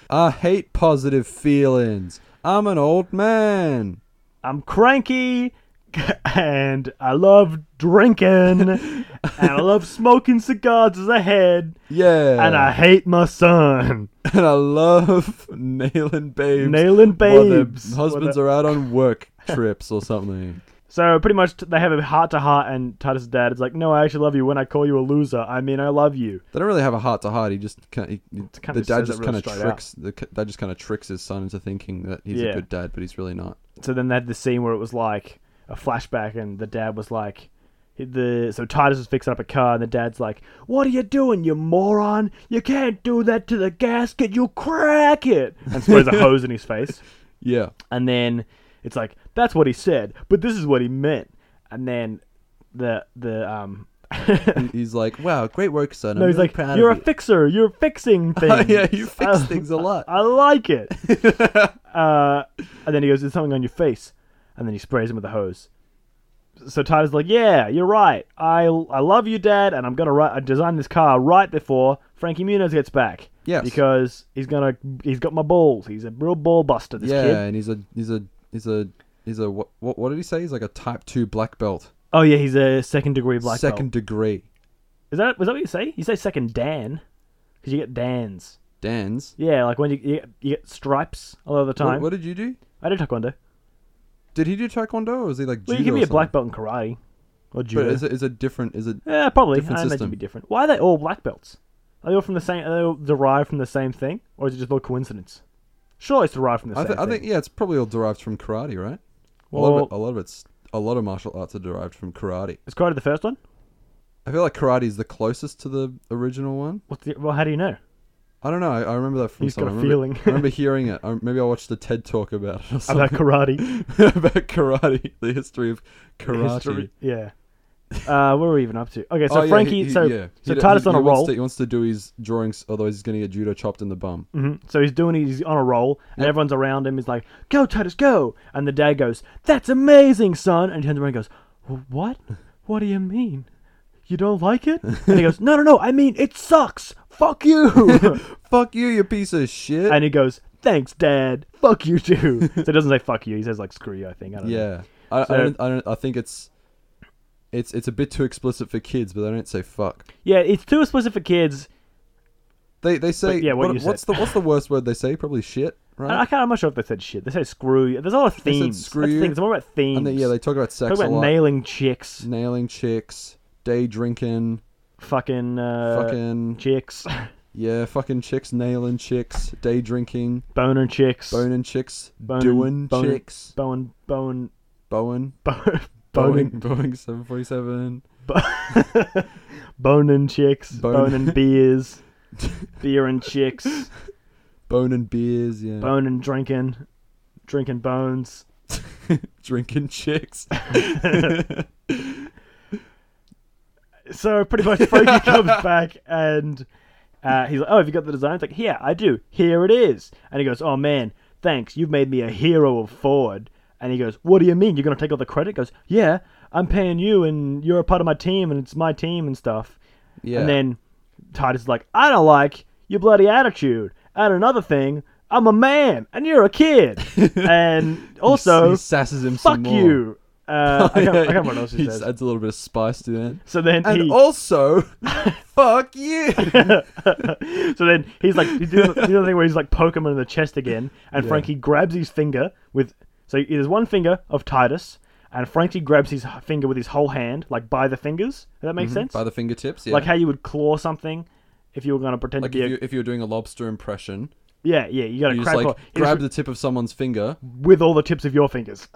Speaker 1: I hate positive feelings. I'm an old man.
Speaker 2: I'm cranky." [LAUGHS] And I love drinking,
Speaker 1: [LAUGHS]
Speaker 2: and I love smoking cigars as a head,
Speaker 1: Yeah.
Speaker 2: and I hate my son.
Speaker 1: [LAUGHS] and I love nailing babes.
Speaker 2: Nailing
Speaker 1: while their
Speaker 2: babes.
Speaker 1: husbands are out
Speaker 2: [LAUGHS]
Speaker 1: on work trips or something.
Speaker 2: So pretty much t- they have a heart to heart, and Titus' dad is like, "No, I actually love you. When I call you a loser, I mean I love you."
Speaker 1: They don't really have a heart to heart. He just kind of, he,
Speaker 2: kinda
Speaker 1: the
Speaker 2: just
Speaker 1: dad
Speaker 2: says it
Speaker 1: just
Speaker 2: really
Speaker 1: kind of
Speaker 2: straight
Speaker 1: tricks the c- dad just kind of tricks his son into thinking that he's
Speaker 2: Yeah.
Speaker 1: a good dad, but he's really not.
Speaker 2: So then they had the scene where it was like a flashback, and the dad was like, "The so Titus is fixing up a car, and the dad's like, "What are you doing, you moron? You can't do that to the gasket. You crack it!" And sprays a hose in his face.
Speaker 1: [LAUGHS] Yeah.
Speaker 2: And then it's like, "That's what he said, but this is what he meant." And then the the um. [LAUGHS]
Speaker 1: He's like, "Wow, great work, son.
Speaker 2: No,
Speaker 1: I'm
Speaker 2: he's
Speaker 1: really
Speaker 2: like,
Speaker 1: proud
Speaker 2: you're a Uh,
Speaker 1: of you." [LAUGHS] Oh,
Speaker 2: fixer. You're fixing things.
Speaker 1: yeah, you fix
Speaker 2: I-
Speaker 1: things a lot.
Speaker 2: I like it.
Speaker 1: [LAUGHS]
Speaker 2: uh, and then he goes, "There's something on your face," and then he sprays him with a hose. So Tyler's like, "Yeah, you're right. I I love you, Dad, and I'm gonna ri- I design this car right before Frankie Muniz gets back.
Speaker 1: Yes.
Speaker 2: because he's gonna he's got my balls. He's a real ball buster. This
Speaker 1: yeah,
Speaker 2: kid.
Speaker 1: and he's a he's a he's a he's a what, what what did he say? He's like a type two black belt,
Speaker 2: Oh yeah, he's a second degree black belt.
Speaker 1: second degree.
Speaker 2: Is that was that what you say? You say second Dan, because you get Dan's.
Speaker 1: Dan's.
Speaker 2: Yeah, like when you you, you get stripes all over the
Speaker 1: What,
Speaker 2: time.
Speaker 1: what did you do?
Speaker 2: I did taekwondo.
Speaker 1: Did he do taekwondo or was he like?
Speaker 2: Well, you
Speaker 1: judo
Speaker 2: can be
Speaker 1: or
Speaker 2: a black
Speaker 1: something?
Speaker 2: belt in karate or
Speaker 1: But
Speaker 2: judo.
Speaker 1: is it is it different? Is it
Speaker 2: yeah, Eh, probably. I
Speaker 1: different
Speaker 2: imagine it'd
Speaker 1: system.
Speaker 2: be different. Why are they all black belts? Are they all from the same? Are they all derived from the same thing, or is it just all coincidence? Surely it's derived from the
Speaker 1: I,
Speaker 2: same
Speaker 1: th- I
Speaker 2: thing.
Speaker 1: think yeah, it's probably all derived from karate, right? a lot of
Speaker 2: well,
Speaker 1: it, a lot of it's a lot of martial arts are derived from karate.
Speaker 2: it's quite the first one.
Speaker 1: I feel like karate is the closest to the original one.
Speaker 2: What's the, well, how do you know?
Speaker 1: I don't know. I, I remember that from
Speaker 2: He's got
Speaker 1: somewhere.
Speaker 2: a
Speaker 1: I remember-
Speaker 2: feeling.
Speaker 1: I remember hearing it. I, maybe I watched a TED talk [LAUGHS] about it or
Speaker 2: [LAUGHS] About
Speaker 1: something [LAUGHS]
Speaker 2: karate.
Speaker 1: about, karate, the history of karate.
Speaker 2: History. Yeah. Uh, what are we even up to? Okay, so
Speaker 1: Oh, yeah,
Speaker 2: Frankie,
Speaker 1: he- he-
Speaker 2: so
Speaker 1: yeah.
Speaker 2: so
Speaker 1: He-
Speaker 2: Titus
Speaker 1: he-
Speaker 2: on
Speaker 1: he
Speaker 2: a
Speaker 1: wants
Speaker 2: roll.
Speaker 1: to- he wants to do his drawings, otherwise he's going to get judo chopped in the bum.
Speaker 2: hmm So he's doing he's on a roll, and everyone's around him is like, "Go, Titus, go!" And the dad goes, "That's amazing, son!" And he turns around and goes, "Wh- "What? What do you mean? You don't like
Speaker 1: [LAUGHS]
Speaker 2: it?" and he goes, "No, no, no! I mean it sucks.
Speaker 1: [LAUGHS]
Speaker 2: Fuck you!"
Speaker 1: Fuck you, you piece of shit.
Speaker 2: and he goes, "Thanks, Dad. Fuck you too." so he doesn't say "fuck you." He says like "screw you." I think. I don't know.
Speaker 1: yeah, I,
Speaker 2: So-
Speaker 1: I don't. I don't. I think it's. It's, it's a bit too explicit for kids, but they don't say fuck.
Speaker 2: Yeah, it's too explicit for kids.
Speaker 1: They they say
Speaker 2: yeah, what you said.
Speaker 1: what's the what's the worst word they say? Probably shit.
Speaker 2: I, I
Speaker 1: right?
Speaker 2: can't. I'm not sure if they said shit. They say screw you. There's a lot of
Speaker 1: They said
Speaker 2: themes.
Speaker 1: screw
Speaker 2: That's the
Speaker 1: you.
Speaker 2: thing, It's more about themes.
Speaker 1: And they, yeah, they talk about sex
Speaker 2: talk
Speaker 1: a
Speaker 2: about
Speaker 1: lot,
Speaker 2: nailing chicks,
Speaker 1: nailing chicks, day drinking,
Speaker 2: fucking, uh,
Speaker 1: fucking
Speaker 2: chicks, [LAUGHS]
Speaker 1: yeah, fucking chicks, nailing chicks, day drinking,
Speaker 2: boner chicks,
Speaker 1: boning chicks,
Speaker 2: Boning-
Speaker 1: doing
Speaker 2: boning-
Speaker 1: chicks,
Speaker 2: bone, bone,
Speaker 1: Bowen,
Speaker 2: bone,
Speaker 1: Boeing,
Speaker 2: boning,
Speaker 1: [LAUGHS] Boeing seven forty seven.
Speaker 2: [LAUGHS] boning chicks,
Speaker 1: Bone-
Speaker 2: boning [LAUGHS] beers, beer and chicks,
Speaker 1: Bone and beers, yeah.
Speaker 2: boning drinking, drinking bones.
Speaker 1: [LAUGHS] Drinking chicks.
Speaker 2: So pretty much
Speaker 1: [LAUGHS]
Speaker 2: Frankie comes back and uh, he's like, "Oh, have you got the design?" It's like, "Yeah, I do. Here it is." And he goes, "Oh man, thanks. You've made me a hero of Ford." And he goes, "What do you mean? You're gonna take all the credit?" He goes, "Yeah, I'm paying you, and you're a part of my team, and it's my team and stuff."
Speaker 1: Yeah.
Speaker 2: And then Titus is like, "I don't like your bloody attitude." And another thing, I'm a man, and you're
Speaker 1: [LAUGHS]
Speaker 2: a kid. and also,
Speaker 1: he sasses him some
Speaker 2: fuck
Speaker 1: more.
Speaker 2: you. Uh, I, can't, I
Speaker 1: [LAUGHS]
Speaker 2: can't remember what else he,
Speaker 1: he
Speaker 2: says.
Speaker 1: adds a little bit of spice to that.
Speaker 2: So then
Speaker 1: And
Speaker 2: he,
Speaker 1: also,
Speaker 2: [LAUGHS]
Speaker 1: fuck you.
Speaker 2: so then he's like, he does the other thing where he's like poke him in the chest again, and Frankie grabs his finger with, so there's one finger of Titus, and Frankie grabs his h- finger with his whole hand, like by the fingers. Does that make sense?
Speaker 1: Mm-hmm. By the fingertips, yeah.
Speaker 2: Like how you would claw something if you were going to pretend
Speaker 1: Like
Speaker 2: to be
Speaker 1: if, you,
Speaker 2: a
Speaker 1: if you're doing a lobster impression,
Speaker 2: yeah yeah you got to
Speaker 1: you
Speaker 2: crab
Speaker 1: just like
Speaker 2: claw It
Speaker 1: grab
Speaker 2: was
Speaker 1: the tip of someone's
Speaker 2: [LAUGHS]
Speaker 1: finger.
Speaker 2: with all the tips of your fingers. [LAUGHS]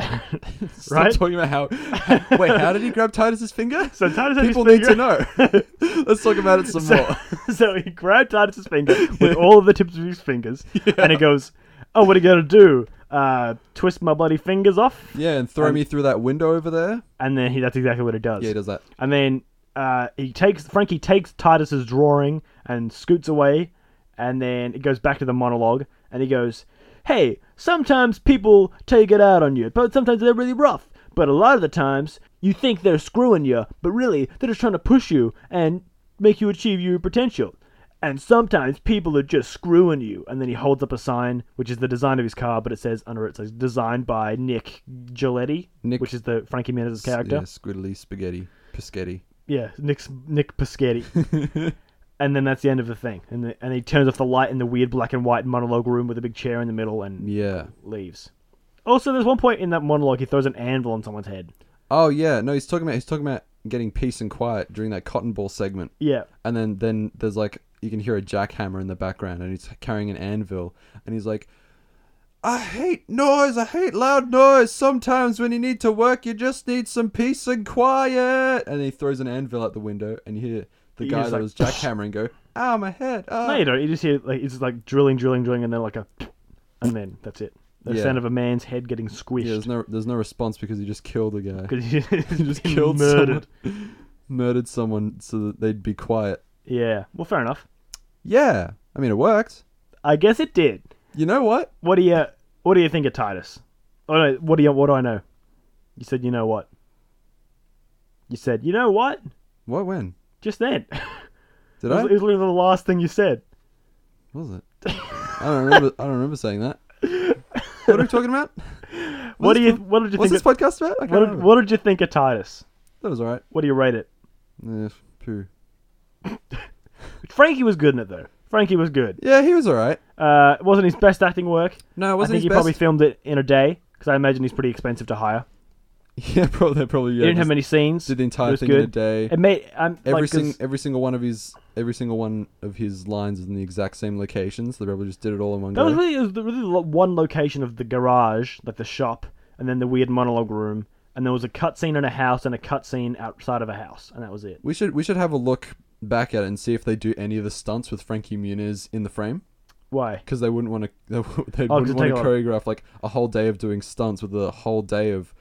Speaker 1: Stop
Speaker 2: Right?
Speaker 1: talking about how. Wait, how did he grab Titus's finger?
Speaker 2: [LAUGHS] So Titus had his
Speaker 1: people need to
Speaker 2: finger-
Speaker 1: know.
Speaker 2: [LAUGHS]
Speaker 1: Let's talk about it some more.
Speaker 2: so he grabbed Titus's finger
Speaker 1: [LAUGHS]
Speaker 2: with all of the tips of his fingers, and he goes, "Oh, what are you gonna do? Uh, twist my bloody fingers off?"
Speaker 1: Yeah, and throw me through that window over there.
Speaker 2: And then he, that's exactly what he does.
Speaker 1: Yeah, he does that.
Speaker 2: And then uh, he takes Frankie takes Titus's drawing and scoots away, and then it goes back to the monologue, and he goes, "Hey, sometimes people take it out on you, but sometimes they're really rough. But a lot of the times you think they're screwing you, but really they're just trying to push you and make you achieve your potential." And sometimes people are just screwing you. And then he holds up a sign, which is the design of his car, but it says under it says designed by Nick Giletti,
Speaker 1: Nick-
Speaker 2: which is the Frankie Muniz character.
Speaker 1: Yeah, squiddly spaghetti, pischetti.
Speaker 2: Yeah, Nick's, Nick Piscati.
Speaker 1: [LAUGHS]
Speaker 2: and then that's the end of the thing. And, the, and he turns off the light in the weird black and white monologue room with a big chair in the middle and
Speaker 1: Yeah.
Speaker 2: leaves. Also, there's one point in that monologue he throws an anvil on someone's head.
Speaker 1: Oh yeah, no, he's talking about he's talking about getting peace and quiet during that cotton ball segment.
Speaker 2: Yeah.
Speaker 1: And then then there's like you can hear a jackhammer in the background and he's carrying an anvil and he's like I hate noise, I hate loud noise. Sometimes when you need to work you just need some peace and quiet and he throws an anvil out the window and you hear the
Speaker 2: He
Speaker 1: guy
Speaker 2: is
Speaker 1: that
Speaker 2: like,
Speaker 1: was jackhammering go, Ow my head.
Speaker 2: No,
Speaker 1: Ah.
Speaker 2: you don't. You just hear like, it's just like drilling, drilling, drilling, and then like a. [SNIFFS] And then that's it. The
Speaker 1: Yeah.
Speaker 2: sound of a man's head getting
Speaker 1: Yeah, there's
Speaker 2: [LAUGHS] squished.
Speaker 1: no there's no response because he just killed a guy. [LAUGHS]
Speaker 2: Because [LAUGHS] he
Speaker 1: just killed
Speaker 2: murdered.
Speaker 1: someone. Murdered someone so that they'd be quiet.
Speaker 2: Yeah. Well, fair enough.
Speaker 1: Yeah. I mean it worked.
Speaker 2: I guess it did.
Speaker 1: You know what?
Speaker 2: What do you What do you think of Titus? Oh no, what do you What do I know? You said you know what. You said you know what
Speaker 1: What when?
Speaker 2: just then. [LAUGHS] it,
Speaker 1: Did
Speaker 2: was,
Speaker 1: I?
Speaker 2: it was literally the last thing you said.
Speaker 1: Was it? I don't remember. I don't remember saying that. What are we talking about?
Speaker 2: What do
Speaker 1: this
Speaker 2: you
Speaker 1: pod-
Speaker 2: What did you
Speaker 1: What's
Speaker 2: think?
Speaker 1: this
Speaker 2: Of,
Speaker 1: podcast about? I can't
Speaker 2: what, did,
Speaker 1: remember.
Speaker 2: what did you think of Titus?
Speaker 1: That was alright.
Speaker 2: What do you rate it?
Speaker 1: Yeah, poo.
Speaker 2: Frankie was good in it though. Frankie was good.
Speaker 1: Yeah, he was alright.
Speaker 2: Uh, it wasn't his best acting work.
Speaker 1: No, it
Speaker 2: I
Speaker 1: wasn't
Speaker 2: think
Speaker 1: his
Speaker 2: he
Speaker 1: best.
Speaker 2: probably filmed it in a day because I imagine he's pretty expensive to hire.
Speaker 1: [LAUGHS] yeah, probably. Probably. Yeah,
Speaker 2: he didn't have
Speaker 1: just
Speaker 2: many scenes.
Speaker 1: Did the entire
Speaker 2: it was
Speaker 1: thing
Speaker 2: good.
Speaker 1: in a day.
Speaker 2: It made I'm,
Speaker 1: every
Speaker 2: like, 'cause-
Speaker 1: sing, every single one of his every single one of his lines is in the exact same location, so they probably just did it all in one
Speaker 2: That
Speaker 1: go.
Speaker 2: was really, it was the- really lo- one location of the garage, like the shop, and then the weird monologue room, and there was a cutscene in a house and a cutscene outside of a house, and that was it.
Speaker 1: we should we should have a look back at it and see if they do any of the stunts with Frankie Muniz in the frame.
Speaker 2: Why?
Speaker 1: because they wouldn't want to [LAUGHS] they, wou- they
Speaker 2: Oh, 'cause
Speaker 1: wouldn't
Speaker 2: it'd
Speaker 1: want
Speaker 2: take
Speaker 1: to
Speaker 2: a
Speaker 1: choreograph like a whole day of doing stunts with a whole day of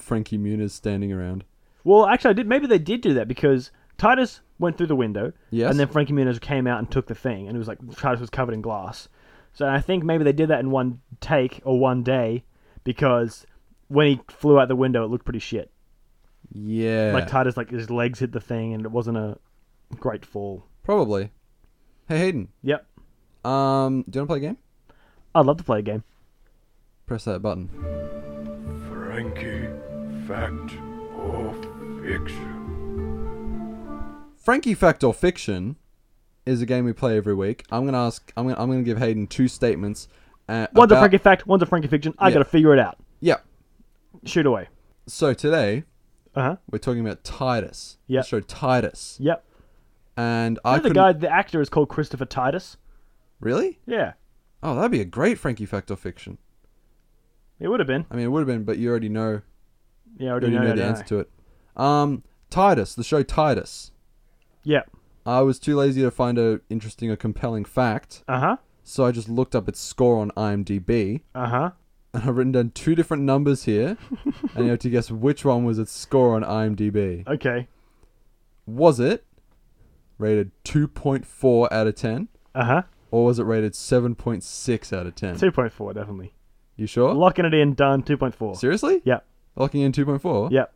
Speaker 1: Frankie Muniz standing around.
Speaker 2: Well, actually, I did. Maybe they did do that because Titus went through the window,
Speaker 1: Yes.
Speaker 2: and then Frankie Muniz came out and took the thing, and it was like Titus was covered in glass. So I think maybe they did that in one take or one day because when he flew out the window, it looked pretty shit.
Speaker 1: Yeah,
Speaker 2: Like Titus, like his legs hit the thing, and it wasn't a great fall.
Speaker 1: probably. Hey Hayden,
Speaker 2: Yep,
Speaker 1: um, do you want to play a game?
Speaker 2: I'd love to play a game.
Speaker 1: Press that button.
Speaker 5: Frankie, fact or fiction?
Speaker 1: Frankie Fact or Fiction is a game we play every week. I'm gonna ask. I'm gonna. I'm gonna give Hayden two statements, Uh,
Speaker 2: One's a
Speaker 1: about-
Speaker 2: Frankie fact, one's a Frankie fiction. I
Speaker 1: Yeah.
Speaker 2: gotta figure it out.
Speaker 1: Yeah.
Speaker 2: Shoot away.
Speaker 1: So today
Speaker 2: Uh huh.
Speaker 1: we're talking about Titus.
Speaker 2: Yeah.
Speaker 1: The show Titus.
Speaker 2: Yep.
Speaker 1: And
Speaker 2: You
Speaker 1: I
Speaker 2: know the
Speaker 1: couldn't-
Speaker 2: guy, the actor is called Christopher Titus.
Speaker 1: Really?
Speaker 2: Yeah,
Speaker 1: Oh, that'd be a great Frankie fact or fiction.
Speaker 2: it would have been.
Speaker 1: I mean, it would have been, but you already know.
Speaker 2: Yeah, I
Speaker 1: You
Speaker 2: already
Speaker 1: already
Speaker 2: know,
Speaker 1: know, the answer to it. Um, Titus, the show Titus.
Speaker 2: Yeah.
Speaker 1: I was too lazy to find a interesting or compelling fact,
Speaker 2: Uh huh.
Speaker 1: so I just looked up its score on IMDb,
Speaker 2: Uh huh.
Speaker 1: and I've written down two different numbers here, and you have to guess which one was its score on IMDb.
Speaker 2: Okay.
Speaker 1: Was it rated 2.4 out of 10,
Speaker 2: Uh huh.
Speaker 1: or was it rated 7.6 out of 10?
Speaker 2: Two point four, definitely.
Speaker 1: You sure?
Speaker 2: Locking it in, done. Two point four.
Speaker 1: Seriously?
Speaker 2: Yep.
Speaker 1: Locking in 2.4?
Speaker 2: Yep.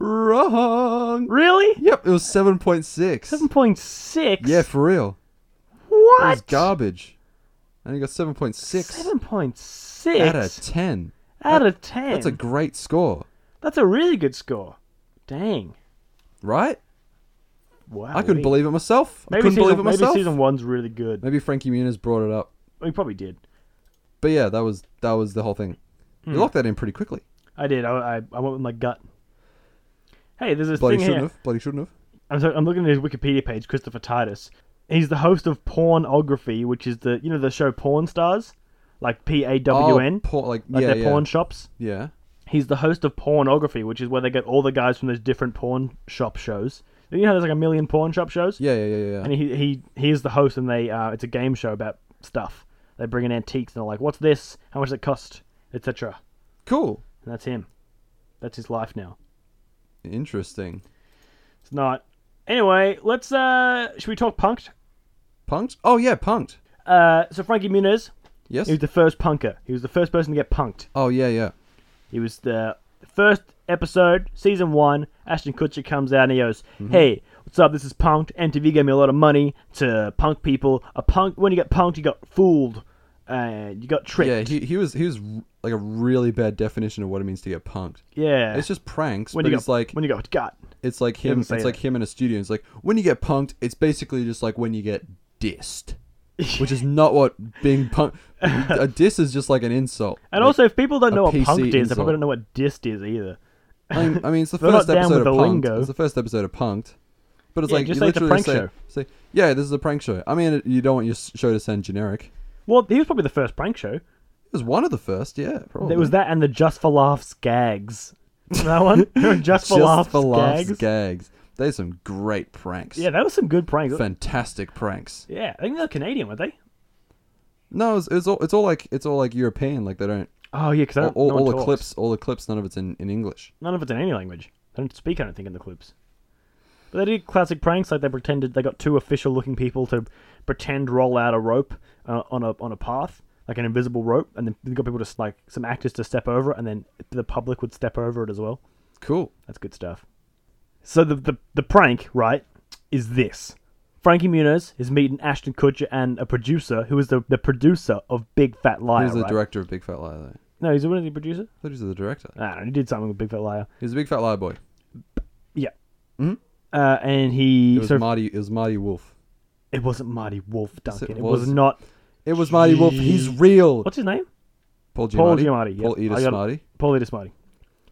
Speaker 1: Wrong.
Speaker 2: Really?
Speaker 1: Yep, it was 7.6.
Speaker 2: Seven point six.
Speaker 1: Yeah, for real. It was
Speaker 2: What?
Speaker 1: garbage. And he got 7.6
Speaker 2: Seven point six
Speaker 1: out of 10.
Speaker 2: out of ten.
Speaker 1: That's a great score,
Speaker 2: That's a really good score. Dang.
Speaker 1: right?
Speaker 2: Wow.
Speaker 1: I couldn't believe it myself. I
Speaker 2: Maybe
Speaker 1: couldn't
Speaker 2: season,
Speaker 1: believe it
Speaker 2: maybe
Speaker 1: myself.
Speaker 2: season one's really good.
Speaker 1: Maybe Frankie Muniz brought it up.
Speaker 2: We probably did.
Speaker 1: But yeah, that was that was the whole thing.
Speaker 2: Hmm.
Speaker 1: You locked that in pretty quickly.
Speaker 2: I did. I, I, I went with my gut. Hey, there's this
Speaker 1: Bloody
Speaker 2: thing
Speaker 1: shouldn't
Speaker 2: here.
Speaker 1: have. Bloody shouldn't have.
Speaker 2: I'm, sorry, I'm looking at his Wikipedia page, Christopher Titus. He's the host of Pornography, which is the you know the show Porn Stars, like P A W N,
Speaker 1: por- Oh, like,
Speaker 2: like
Speaker 1: yeah,
Speaker 2: their
Speaker 1: yeah.
Speaker 2: porn shops.
Speaker 1: yeah.
Speaker 2: He's the host of Pornography, which is where they get all the guys from those different porn shop shows. You know how there's like a million porn shop shows,
Speaker 1: Yeah, yeah, yeah, yeah.
Speaker 2: and he he he is the host, and they uh, it's a game show about stuff. They bring in antiques, and they're like, "What's this? How much does it cost?" etc.
Speaker 1: Cool.
Speaker 2: And that's him. That's his life now.
Speaker 1: Interesting.
Speaker 2: It's not. Anyway, let's uh should we talk punked?
Speaker 1: Punked? Oh yeah, punked.
Speaker 2: Uh so Frankie Muniz,
Speaker 1: Yes.
Speaker 2: he was the first punker. He was the first person to get punked.
Speaker 1: Oh yeah, yeah.
Speaker 2: He was the first episode, season one, Ashton Kutcher comes out and he goes,
Speaker 1: Mm-hmm.
Speaker 2: Hey, what's up? This is punked. MTV gave me a lot of money to punk people. A punk when you get punked you got fooled and you got
Speaker 1: Yeah,
Speaker 2: tricked.
Speaker 1: he, he was he was r- like a really bad definition of what it means to get punked.
Speaker 2: Yeah.
Speaker 1: It's just pranks,
Speaker 2: when
Speaker 1: but
Speaker 2: you
Speaker 1: it's
Speaker 2: got
Speaker 1: like
Speaker 2: when you got gut.
Speaker 1: it's like him
Speaker 2: doesn't
Speaker 1: it's
Speaker 2: say
Speaker 1: like
Speaker 2: that.
Speaker 1: him in a studio. It's like when you get punked, it's basically just like when you get dissed. Which is not what being punked a diss is just like an insult.
Speaker 2: [LAUGHS] And
Speaker 1: Like,
Speaker 2: also if people don't know what
Speaker 1: PC
Speaker 2: punked is, they
Speaker 1: insult.
Speaker 2: probably don't know what dist is either.
Speaker 1: I mean, I mean, it's the
Speaker 2: They're not
Speaker 1: first
Speaker 2: down
Speaker 1: episode
Speaker 2: with
Speaker 1: of
Speaker 2: the
Speaker 1: Punked.
Speaker 2: lingo.
Speaker 1: It's the first episode of Punked. But it's
Speaker 2: Yeah,
Speaker 1: like
Speaker 2: just
Speaker 1: you
Speaker 2: say it's a
Speaker 1: literally
Speaker 2: prank
Speaker 1: say,
Speaker 2: show.
Speaker 1: say, "Yeah, this is a prank show." I mean, it, you don't want your s- show to sound generic. It
Speaker 2: Well, he was probably the first prank show.
Speaker 1: was one of the first, yeah, probably.
Speaker 2: There was that and the Just for Laughs gags. That one? [LAUGHS] Just for
Speaker 1: Just
Speaker 2: Laughs,
Speaker 1: for laughs
Speaker 2: gags.
Speaker 1: gags. There's some great pranks.
Speaker 2: Yeah, that was some good pranks.
Speaker 1: fantastic pranks.
Speaker 2: Yeah, I think they're Canadian, weren't they?
Speaker 1: No, it's, it's all it's all like it's all like European. Like they don't
Speaker 2: Oh, yeah, because
Speaker 1: all, all,
Speaker 2: no one
Speaker 1: all the
Speaker 2: talks.
Speaker 1: clips, all the clips. None of it's in, in English.
Speaker 2: None of it's in any language. They don't speak, I don't think, in the clips. But they did classic pranks, like they pretended they got two official-looking people to pretend roll out a rope uh, on a on a path, like an invisible rope, and then they got people to like some actors to step over, it, and then the public would step over it as well.
Speaker 1: Cool.
Speaker 2: That's good stuff. So the the, the prank, right, is this. Frankie Muniz is meeting Ashton Kutcher and a producer who is the, the producer of Big Fat Liar.
Speaker 1: He was the
Speaker 2: right?
Speaker 1: director of Big Fat Liar. Though. I
Speaker 2: No, he's one of the producer.
Speaker 1: thought he was the director.
Speaker 2: I don't know. He did something with Big Fat Liar.
Speaker 1: He was a Big Fat Liar boy.
Speaker 2: Uh, and
Speaker 1: Hmm? It
Speaker 2: he
Speaker 1: was
Speaker 2: so
Speaker 1: Marty. It was Marty Wolf.
Speaker 2: it wasn't Marty Wolf Duncan.
Speaker 1: it
Speaker 2: it was,
Speaker 1: was.
Speaker 2: not.
Speaker 1: It was Marty Wolf. He's real.
Speaker 2: What's his name?
Speaker 1: Paul Giamatti.
Speaker 2: Paul Giamatti. yeah.
Speaker 1: Paul
Speaker 2: I got
Speaker 1: Edis
Speaker 2: it.
Speaker 1: Marty.
Speaker 2: Paul Edis Marty.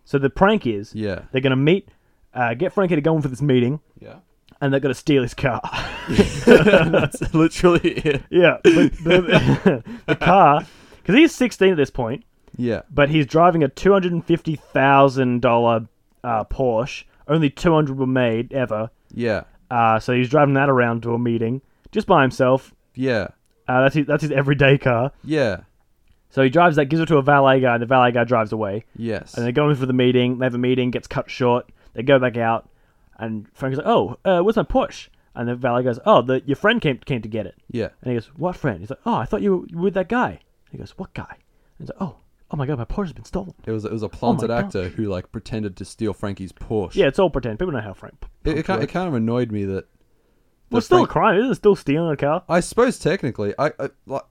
Speaker 2: So the prank is
Speaker 1: Yeah.
Speaker 2: they're gonna meet, uh, get Frankie to go in for this meeting,
Speaker 1: Yeah.
Speaker 2: and they're gonna steal his car.
Speaker 1: [LAUGHS]
Speaker 2: [LAUGHS]
Speaker 1: That's literally it.
Speaker 2: yeah,
Speaker 1: [LAUGHS]
Speaker 2: but [LAUGHS] the, the car because he's sixteen at this point.
Speaker 1: Yeah.
Speaker 2: but he's driving a two hundred and fifty thousand dollar uh, Porsche. Only two hundred were made ever.
Speaker 1: Yeah.
Speaker 2: Uh, so he's driving that around to a meeting just by himself.
Speaker 1: Yeah.
Speaker 2: Uh, that's his, that's his everyday car.
Speaker 1: Yeah.
Speaker 2: So he drives that, gives it to a valet guy, and the valet guy drives away.
Speaker 1: Yes.
Speaker 2: And they go in for the meeting. They have a meeting, gets cut short. They go back out, and Frankie's like, "Oh, uh, where's my Porsche?" And the valet goes, "Oh, the, your friend came came to get it."
Speaker 1: yeah.
Speaker 2: And he goes, "What friend?" He's like, "Oh, I thought you were with that guy." He goes, "What guy?" And he's like, "Oh, oh my god, my Porsche's been stolen."
Speaker 1: It was it was a planted
Speaker 2: Oh gosh.
Speaker 1: actor who like pretended to steal Frankie's Porsche.
Speaker 2: Yeah, it's all pretend. People know how Frank.
Speaker 1: It, it, kind, it kind of annoyed me that.
Speaker 2: Well,
Speaker 1: that
Speaker 2: it's still
Speaker 1: Frank-
Speaker 2: a crime. Isn't it still stealing a car?
Speaker 1: I suppose technically, I, I like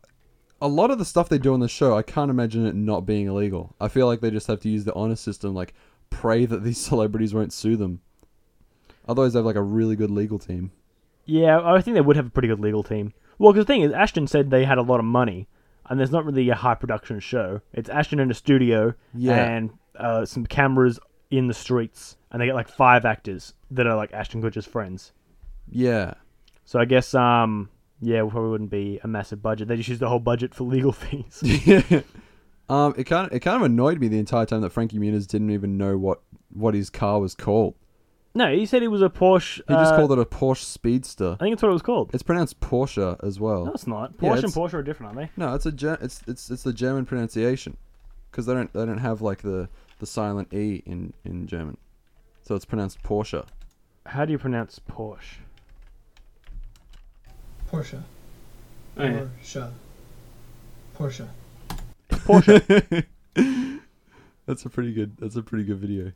Speaker 1: a lot of the stuff they do on the show. I can't imagine it not being illegal. I feel like they just have to use the honor system, like pray that these [LAUGHS] celebrities won't sue them. Otherwise, they have like a really good legal team.
Speaker 2: Yeah, I think they would have a pretty good legal team. Well, 'cause the thing is, Ashton said they had a lot of money, and there's not really a high production show. It's Ashton in a studio
Speaker 1: Yeah.
Speaker 2: and uh, some cameras in the streets, and they get like five actors that are like Ashton Kutcher's friends.
Speaker 1: Yeah. [LAUGHS]
Speaker 2: So I guess um yeah, it probably wouldn't be a massive budget. They just use the whole budget for [LAUGHS] legal fees.
Speaker 1: um, it kind of it kind of annoyed me the entire time that Frankie Muniz didn't even know what what his car was called.
Speaker 2: no, he said it was a Porsche. uh,
Speaker 1: He just called it a Porsche Speedster.
Speaker 2: I think that's what it was called.
Speaker 1: It's pronounced Porsche as well.
Speaker 2: no, it's not. Porsche
Speaker 1: Yeah,
Speaker 2: and
Speaker 1: it's-
Speaker 2: Porsche are different, aren't
Speaker 1: No, it's a Ger- it's it's it's the German pronunciation, because they don't they don't have like the the silent e in in German, so it's pronounced Porsche. [LAUGHS]
Speaker 2: they? How do you pronounce Porsche?
Speaker 6: Porsche.
Speaker 2: Oh, yeah.
Speaker 6: Porsche. Porsche.
Speaker 1: That's a pretty good that's a pretty good video.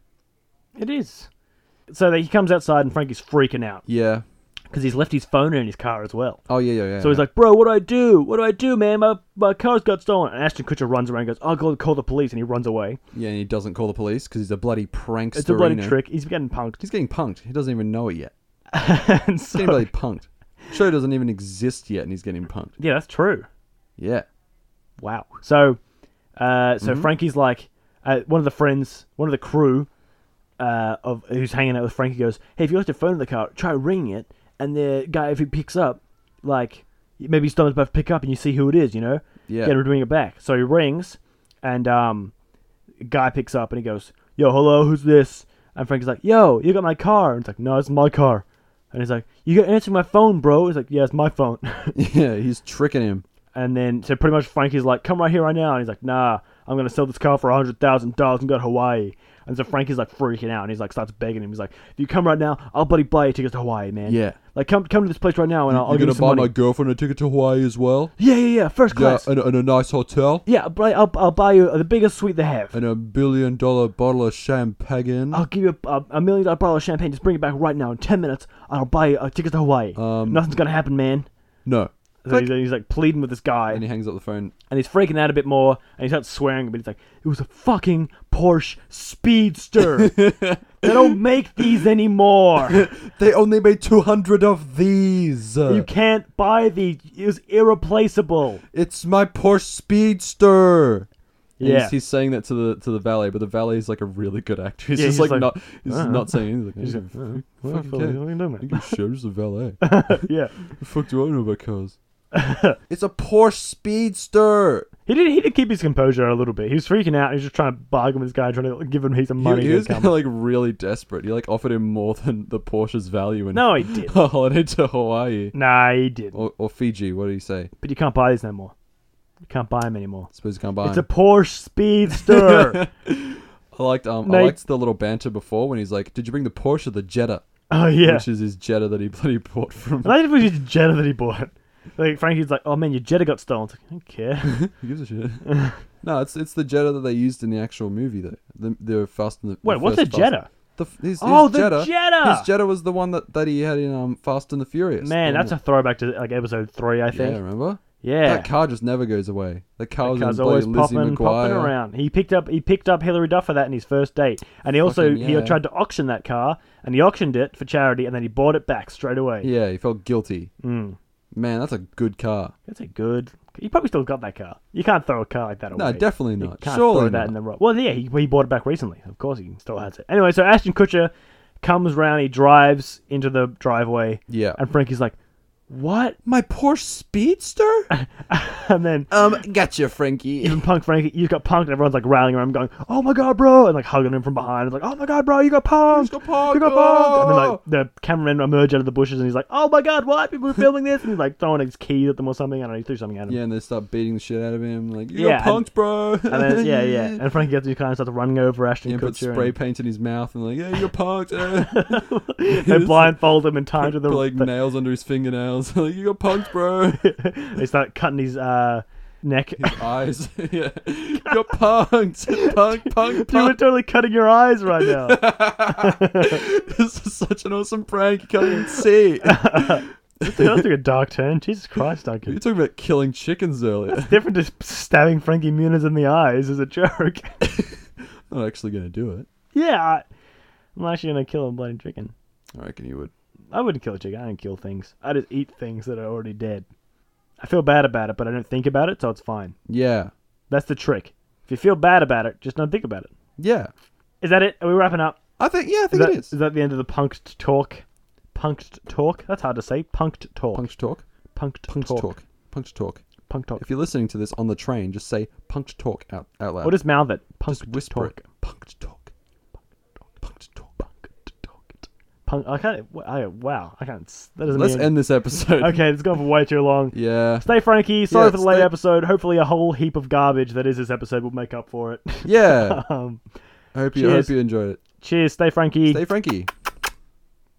Speaker 2: It is. So that he comes outside and Frankie's freaking out
Speaker 1: Yeah.
Speaker 2: because he's left his phone in his car as well.
Speaker 1: Oh yeah yeah yeah.
Speaker 2: So he's like, "Bro, what do I do? What do I do, man? My my car's got stolen." And Ashton Kutcher runs around, and goes, "I'll go call the police," and he runs away.
Speaker 1: yeah, and he doesn't call the police because he's a bloody prankster.
Speaker 2: It's a bloody
Speaker 1: you know.
Speaker 2: trick. He's getting punked. [LAUGHS]
Speaker 1: He's getting punked. He doesn't even know it yet.
Speaker 2: and so,
Speaker 1: He's getting bloody
Speaker 2: [LAUGHS]
Speaker 1: punked. Show doesn't even exist yet, and he's getting punked.
Speaker 2: yeah, that's true.
Speaker 1: Yeah. [LAUGHS]
Speaker 2: Wow. So, uh, so Frankie's like uh, one of the friends, one of the crew, uh, of who's hanging out with Frankie goes, "Hey, if you left your phone in the car, try ringing it." And the guy, if he picks up, like maybe he's done about to pick up, and you see who it is, you know?
Speaker 1: Yeah.
Speaker 2: Get him to ring it back. So he rings, and um, a guy picks up, and he goes, "Yo, hello, who's this?" And Frankie's like, "Yo, you got my car?" And it's like, "No, it's my car." And he's like, "You got answering my phone, bro." He's like, "Yeah, it's my phone." [LAUGHS]
Speaker 1: Yeah. He's tricking him.
Speaker 2: And then, so pretty much Frankie's like, come right here, right now. And he's like, nah, I'm going to sell this car for $100,000 and go to Hawaii. And so Frankie's like freaking out and he's like, starts begging him. He's like, if you come right now, I'll bloody buy you tickets to Hawaii, man.
Speaker 1: Yeah.
Speaker 2: Like, come come to this place right now and I'll, I'll
Speaker 1: You're
Speaker 2: give you
Speaker 1: gonna
Speaker 2: some
Speaker 1: buy
Speaker 2: money.
Speaker 1: my girlfriend a ticket to Hawaii as well.
Speaker 2: yeah, yeah, yeah, first
Speaker 1: Yeah,
Speaker 2: class. Yeah,
Speaker 1: and, and a nice hotel.
Speaker 2: but I'll, I'll buy you the biggest suite they have.
Speaker 1: And a billion dollar bottle of champagne.
Speaker 2: I'll give you a, a, a million dollar bottle of champagne. Just bring it back right now. In 10 minutes, I'll buy you a ticket to Hawaii.
Speaker 1: Um,
Speaker 2: Nothing's going to happen, man.
Speaker 1: no.
Speaker 2: So he's, he's like pleading with this guy.
Speaker 1: And he hangs up the phone.
Speaker 2: and he's freaking out a bit more and he starts swearing but he's like it was a fucking porsche
Speaker 1: [LAUGHS]
Speaker 2: speedster they don't make these anymore
Speaker 1: They only made 200 of these.
Speaker 2: you can't buy these it was irreplaceable
Speaker 1: It's my Porsche Speedster. And
Speaker 2: yeah
Speaker 1: He's, he's saying that to the to the valet, but the valet is like a really good actor. He's
Speaker 2: Yeah,
Speaker 1: just
Speaker 2: he's
Speaker 1: like,
Speaker 2: like,
Speaker 1: not he's
Speaker 2: "Uh-huh."
Speaker 1: not saying anything. He's
Speaker 2: He's
Speaker 1: like, uh-huh."
Speaker 2: like,
Speaker 1: "Fuck,
Speaker 2: "What
Speaker 1: fuck,
Speaker 2: the
Speaker 1: you
Speaker 2: fuck
Speaker 1: can't-
Speaker 2: are you doing, man?"
Speaker 1: [LAUGHS] you can share as a [LAUGHS] valet.
Speaker 2: yeah
Speaker 1: the fuck do I know about [LAUGHS] cars? it's a Porsche Speedster.
Speaker 2: he did he did keep his composure a little bit he was freaking out he was just trying to bargain with this guy trying to give him he's some
Speaker 1: He,
Speaker 2: money
Speaker 1: he
Speaker 2: to
Speaker 1: was
Speaker 2: come.
Speaker 1: kind [LAUGHS] of like really desperate. He like offered him more than the Porsche's value and
Speaker 2: no he did
Speaker 1: a [LAUGHS] holiday to Hawaii
Speaker 2: nah he did
Speaker 1: or, or Fiji. What did he say?
Speaker 2: but you can't buy these no more you can't buy them anymore
Speaker 1: suppose you can't buy.
Speaker 2: it's a
Speaker 1: him.
Speaker 2: porsche speedster
Speaker 1: [LAUGHS] I liked um I
Speaker 2: Mate.
Speaker 1: liked the little banter before when he's like, "Did you bring the Porsche or the Jetta?"
Speaker 2: oh yeah
Speaker 1: Which is his Jetta that he [LAUGHS] bloody bought
Speaker 2: [LAUGHS]
Speaker 1: from.
Speaker 2: Imagine if it was just Jetta that he bought. Like Frankie's like, oh man, your Jetta got stolen. It's like, I
Speaker 1: [LAUGHS]
Speaker 2: don't care.
Speaker 1: Who gives a shit? no, it's it's the Jetta that they used in the actual movie though. The the Fast and the
Speaker 2: Wait,
Speaker 1: the
Speaker 2: what's a
Speaker 1: first Fast-
Speaker 2: Jetta?
Speaker 1: The, f- his, his
Speaker 2: Oh, the
Speaker 1: Jetta,
Speaker 2: Jetta!
Speaker 1: His Jetta was the one that, that he had in um Fast and the Furious.
Speaker 2: Man,
Speaker 1: The
Speaker 2: that's a
Speaker 1: one-
Speaker 2: throwback to like episode three, I
Speaker 1: yeah.
Speaker 2: think.
Speaker 1: Remember?
Speaker 2: Yeah,
Speaker 1: That car just never goes away. The car was
Speaker 2: That car's
Speaker 1: in bloody
Speaker 2: always
Speaker 1: Lizzie
Speaker 2: popping, popping
Speaker 1: McGuire.
Speaker 2: around. He picked up he picked up Hillary Duff for that in his first date, and he also
Speaker 1: Fucking yeah.
Speaker 2: he tried to auction that car, and he auctioned it for charity, and then he bought it back straight away.
Speaker 1: Yeah, he felt guilty.
Speaker 2: Mm.
Speaker 1: Man, that's a good car.
Speaker 2: That's a good. He probably still got that car. You can't throw a car like that away.
Speaker 1: No, definitely
Speaker 2: You
Speaker 1: not.
Speaker 2: can't
Speaker 1: Surely
Speaker 2: throw that
Speaker 1: not.
Speaker 2: in the road. Well, yeah, he, he bought it back recently. Of course, he still has it. Anyway, so Ashton Kutcher comes round. He drives into the driveway.
Speaker 1: Yeah.
Speaker 2: And Frankie's like, "What?" [LAUGHS]
Speaker 1: My Porsche Speedster?
Speaker 2: And then
Speaker 1: um, gotcha, Frankie.
Speaker 2: even Punk Frankie, you got punked. And everyone's like rallying around, going, "Oh my god, bro!" And like hugging him from behind. It's like, "Oh my god, bro, you got punked!
Speaker 1: got punked,
Speaker 2: You got punked!" And then
Speaker 1: oh!
Speaker 2: like the cameramen emerge out of the bushes, and he's like, "Oh my god, what?
Speaker 1: [LAUGHS]
Speaker 2: People are filming this!" And he's like throwing his keys at them or something. I don't know. He threw something at him.
Speaker 1: Yeah, and they start beating the shit out of him. Like, you
Speaker 2: Yeah,
Speaker 1: got
Speaker 2: and-
Speaker 1: punked, bro.
Speaker 2: And then, yeah,
Speaker 1: [LAUGHS]
Speaker 2: yeah. And Frankie gets his car and starts running over Ashton
Speaker 1: Yeah, put
Speaker 2: Kutcher.
Speaker 1: spray paint in his mouth and like, yeah, you're
Speaker 2: [LAUGHS]
Speaker 1: punked. [LAUGHS] eh." [LAUGHS]
Speaker 2: and [LAUGHS] they blindfold him and tie him to the.
Speaker 1: Put,
Speaker 2: [LAUGHS]
Speaker 1: like
Speaker 2: the-
Speaker 1: nails under his fingernails. [LAUGHS] like, you got punked,
Speaker 2: [LAUGHS]
Speaker 1: bro.
Speaker 2: they start cutting his uh,
Speaker 1: [LAUGHS]
Speaker 2: neck.
Speaker 1: Eyes. yeah. You got punked. [LAUGHS] Punk, punk,
Speaker 2: [LAUGHS] Dude, we're
Speaker 1: punk. [LAUGHS]
Speaker 2: totally cutting your eyes right now.
Speaker 1: this is such an awesome prank. You can't even
Speaker 2: [LAUGHS]
Speaker 1: see.
Speaker 2: Dude, that took a dark turn. Jesus Christ,
Speaker 1: you [LAUGHS] were
Speaker 2: Duncan.
Speaker 1: talking about killing chickens
Speaker 2: [LAUGHS]
Speaker 1: earlier.
Speaker 2: Different to stabbing Frankie Muniz in the eyes as a joke. [LAUGHS]
Speaker 1: I'm not actually going to do it.
Speaker 2: yeah, I- I'm actually gonna kill a bloody chicken.
Speaker 1: I reckon you would.
Speaker 2: I wouldn't kill a chicken. I don't kill things. I just eat things that are already dead. I feel bad about it, but I don't think about it, so it's fine.
Speaker 1: Yeah.
Speaker 2: That's the trick. If you feel bad about it, just don't think about it.
Speaker 1: Yeah.
Speaker 2: Is that it? Are we wrapping up?
Speaker 1: I think yeah, I
Speaker 2: Is
Speaker 1: think
Speaker 2: that-
Speaker 1: it is.
Speaker 2: that the end of the punked talk? Punked talk? That's hard to say. Punked talk.
Speaker 1: Punch talk.
Speaker 2: Punked,
Speaker 1: Punch
Speaker 2: talk.
Speaker 1: talk. Punch talk.
Speaker 2: Punked talk.
Speaker 1: If you're listening to this on the train, just say punch talk out, out loud.
Speaker 2: Or just mouth it.
Speaker 1: Just
Speaker 2: Punked
Speaker 1: whisper
Speaker 2: talk.
Speaker 1: it. Punch talk. Punch talk.
Speaker 2: Punked talk. Punk. I can't. w- I, wow. I can't. s- That doesn't
Speaker 1: Let's
Speaker 2: mean.
Speaker 1: end this episode.
Speaker 2: [LAUGHS] Okay, it's gone for way too long.
Speaker 1: Yeah.
Speaker 2: Stay Frankie. Sorry
Speaker 1: Yeah,
Speaker 2: for the late
Speaker 1: stay-
Speaker 2: episode. Hopefully, a whole heap of garbage that is this episode will make up for it. [LAUGHS]
Speaker 1: Yeah.
Speaker 2: um,
Speaker 1: I hope you I hope
Speaker 2: Cheers.
Speaker 1: you enjoyed it.
Speaker 2: cheers. Stay Frankie.
Speaker 1: Stay Frankie.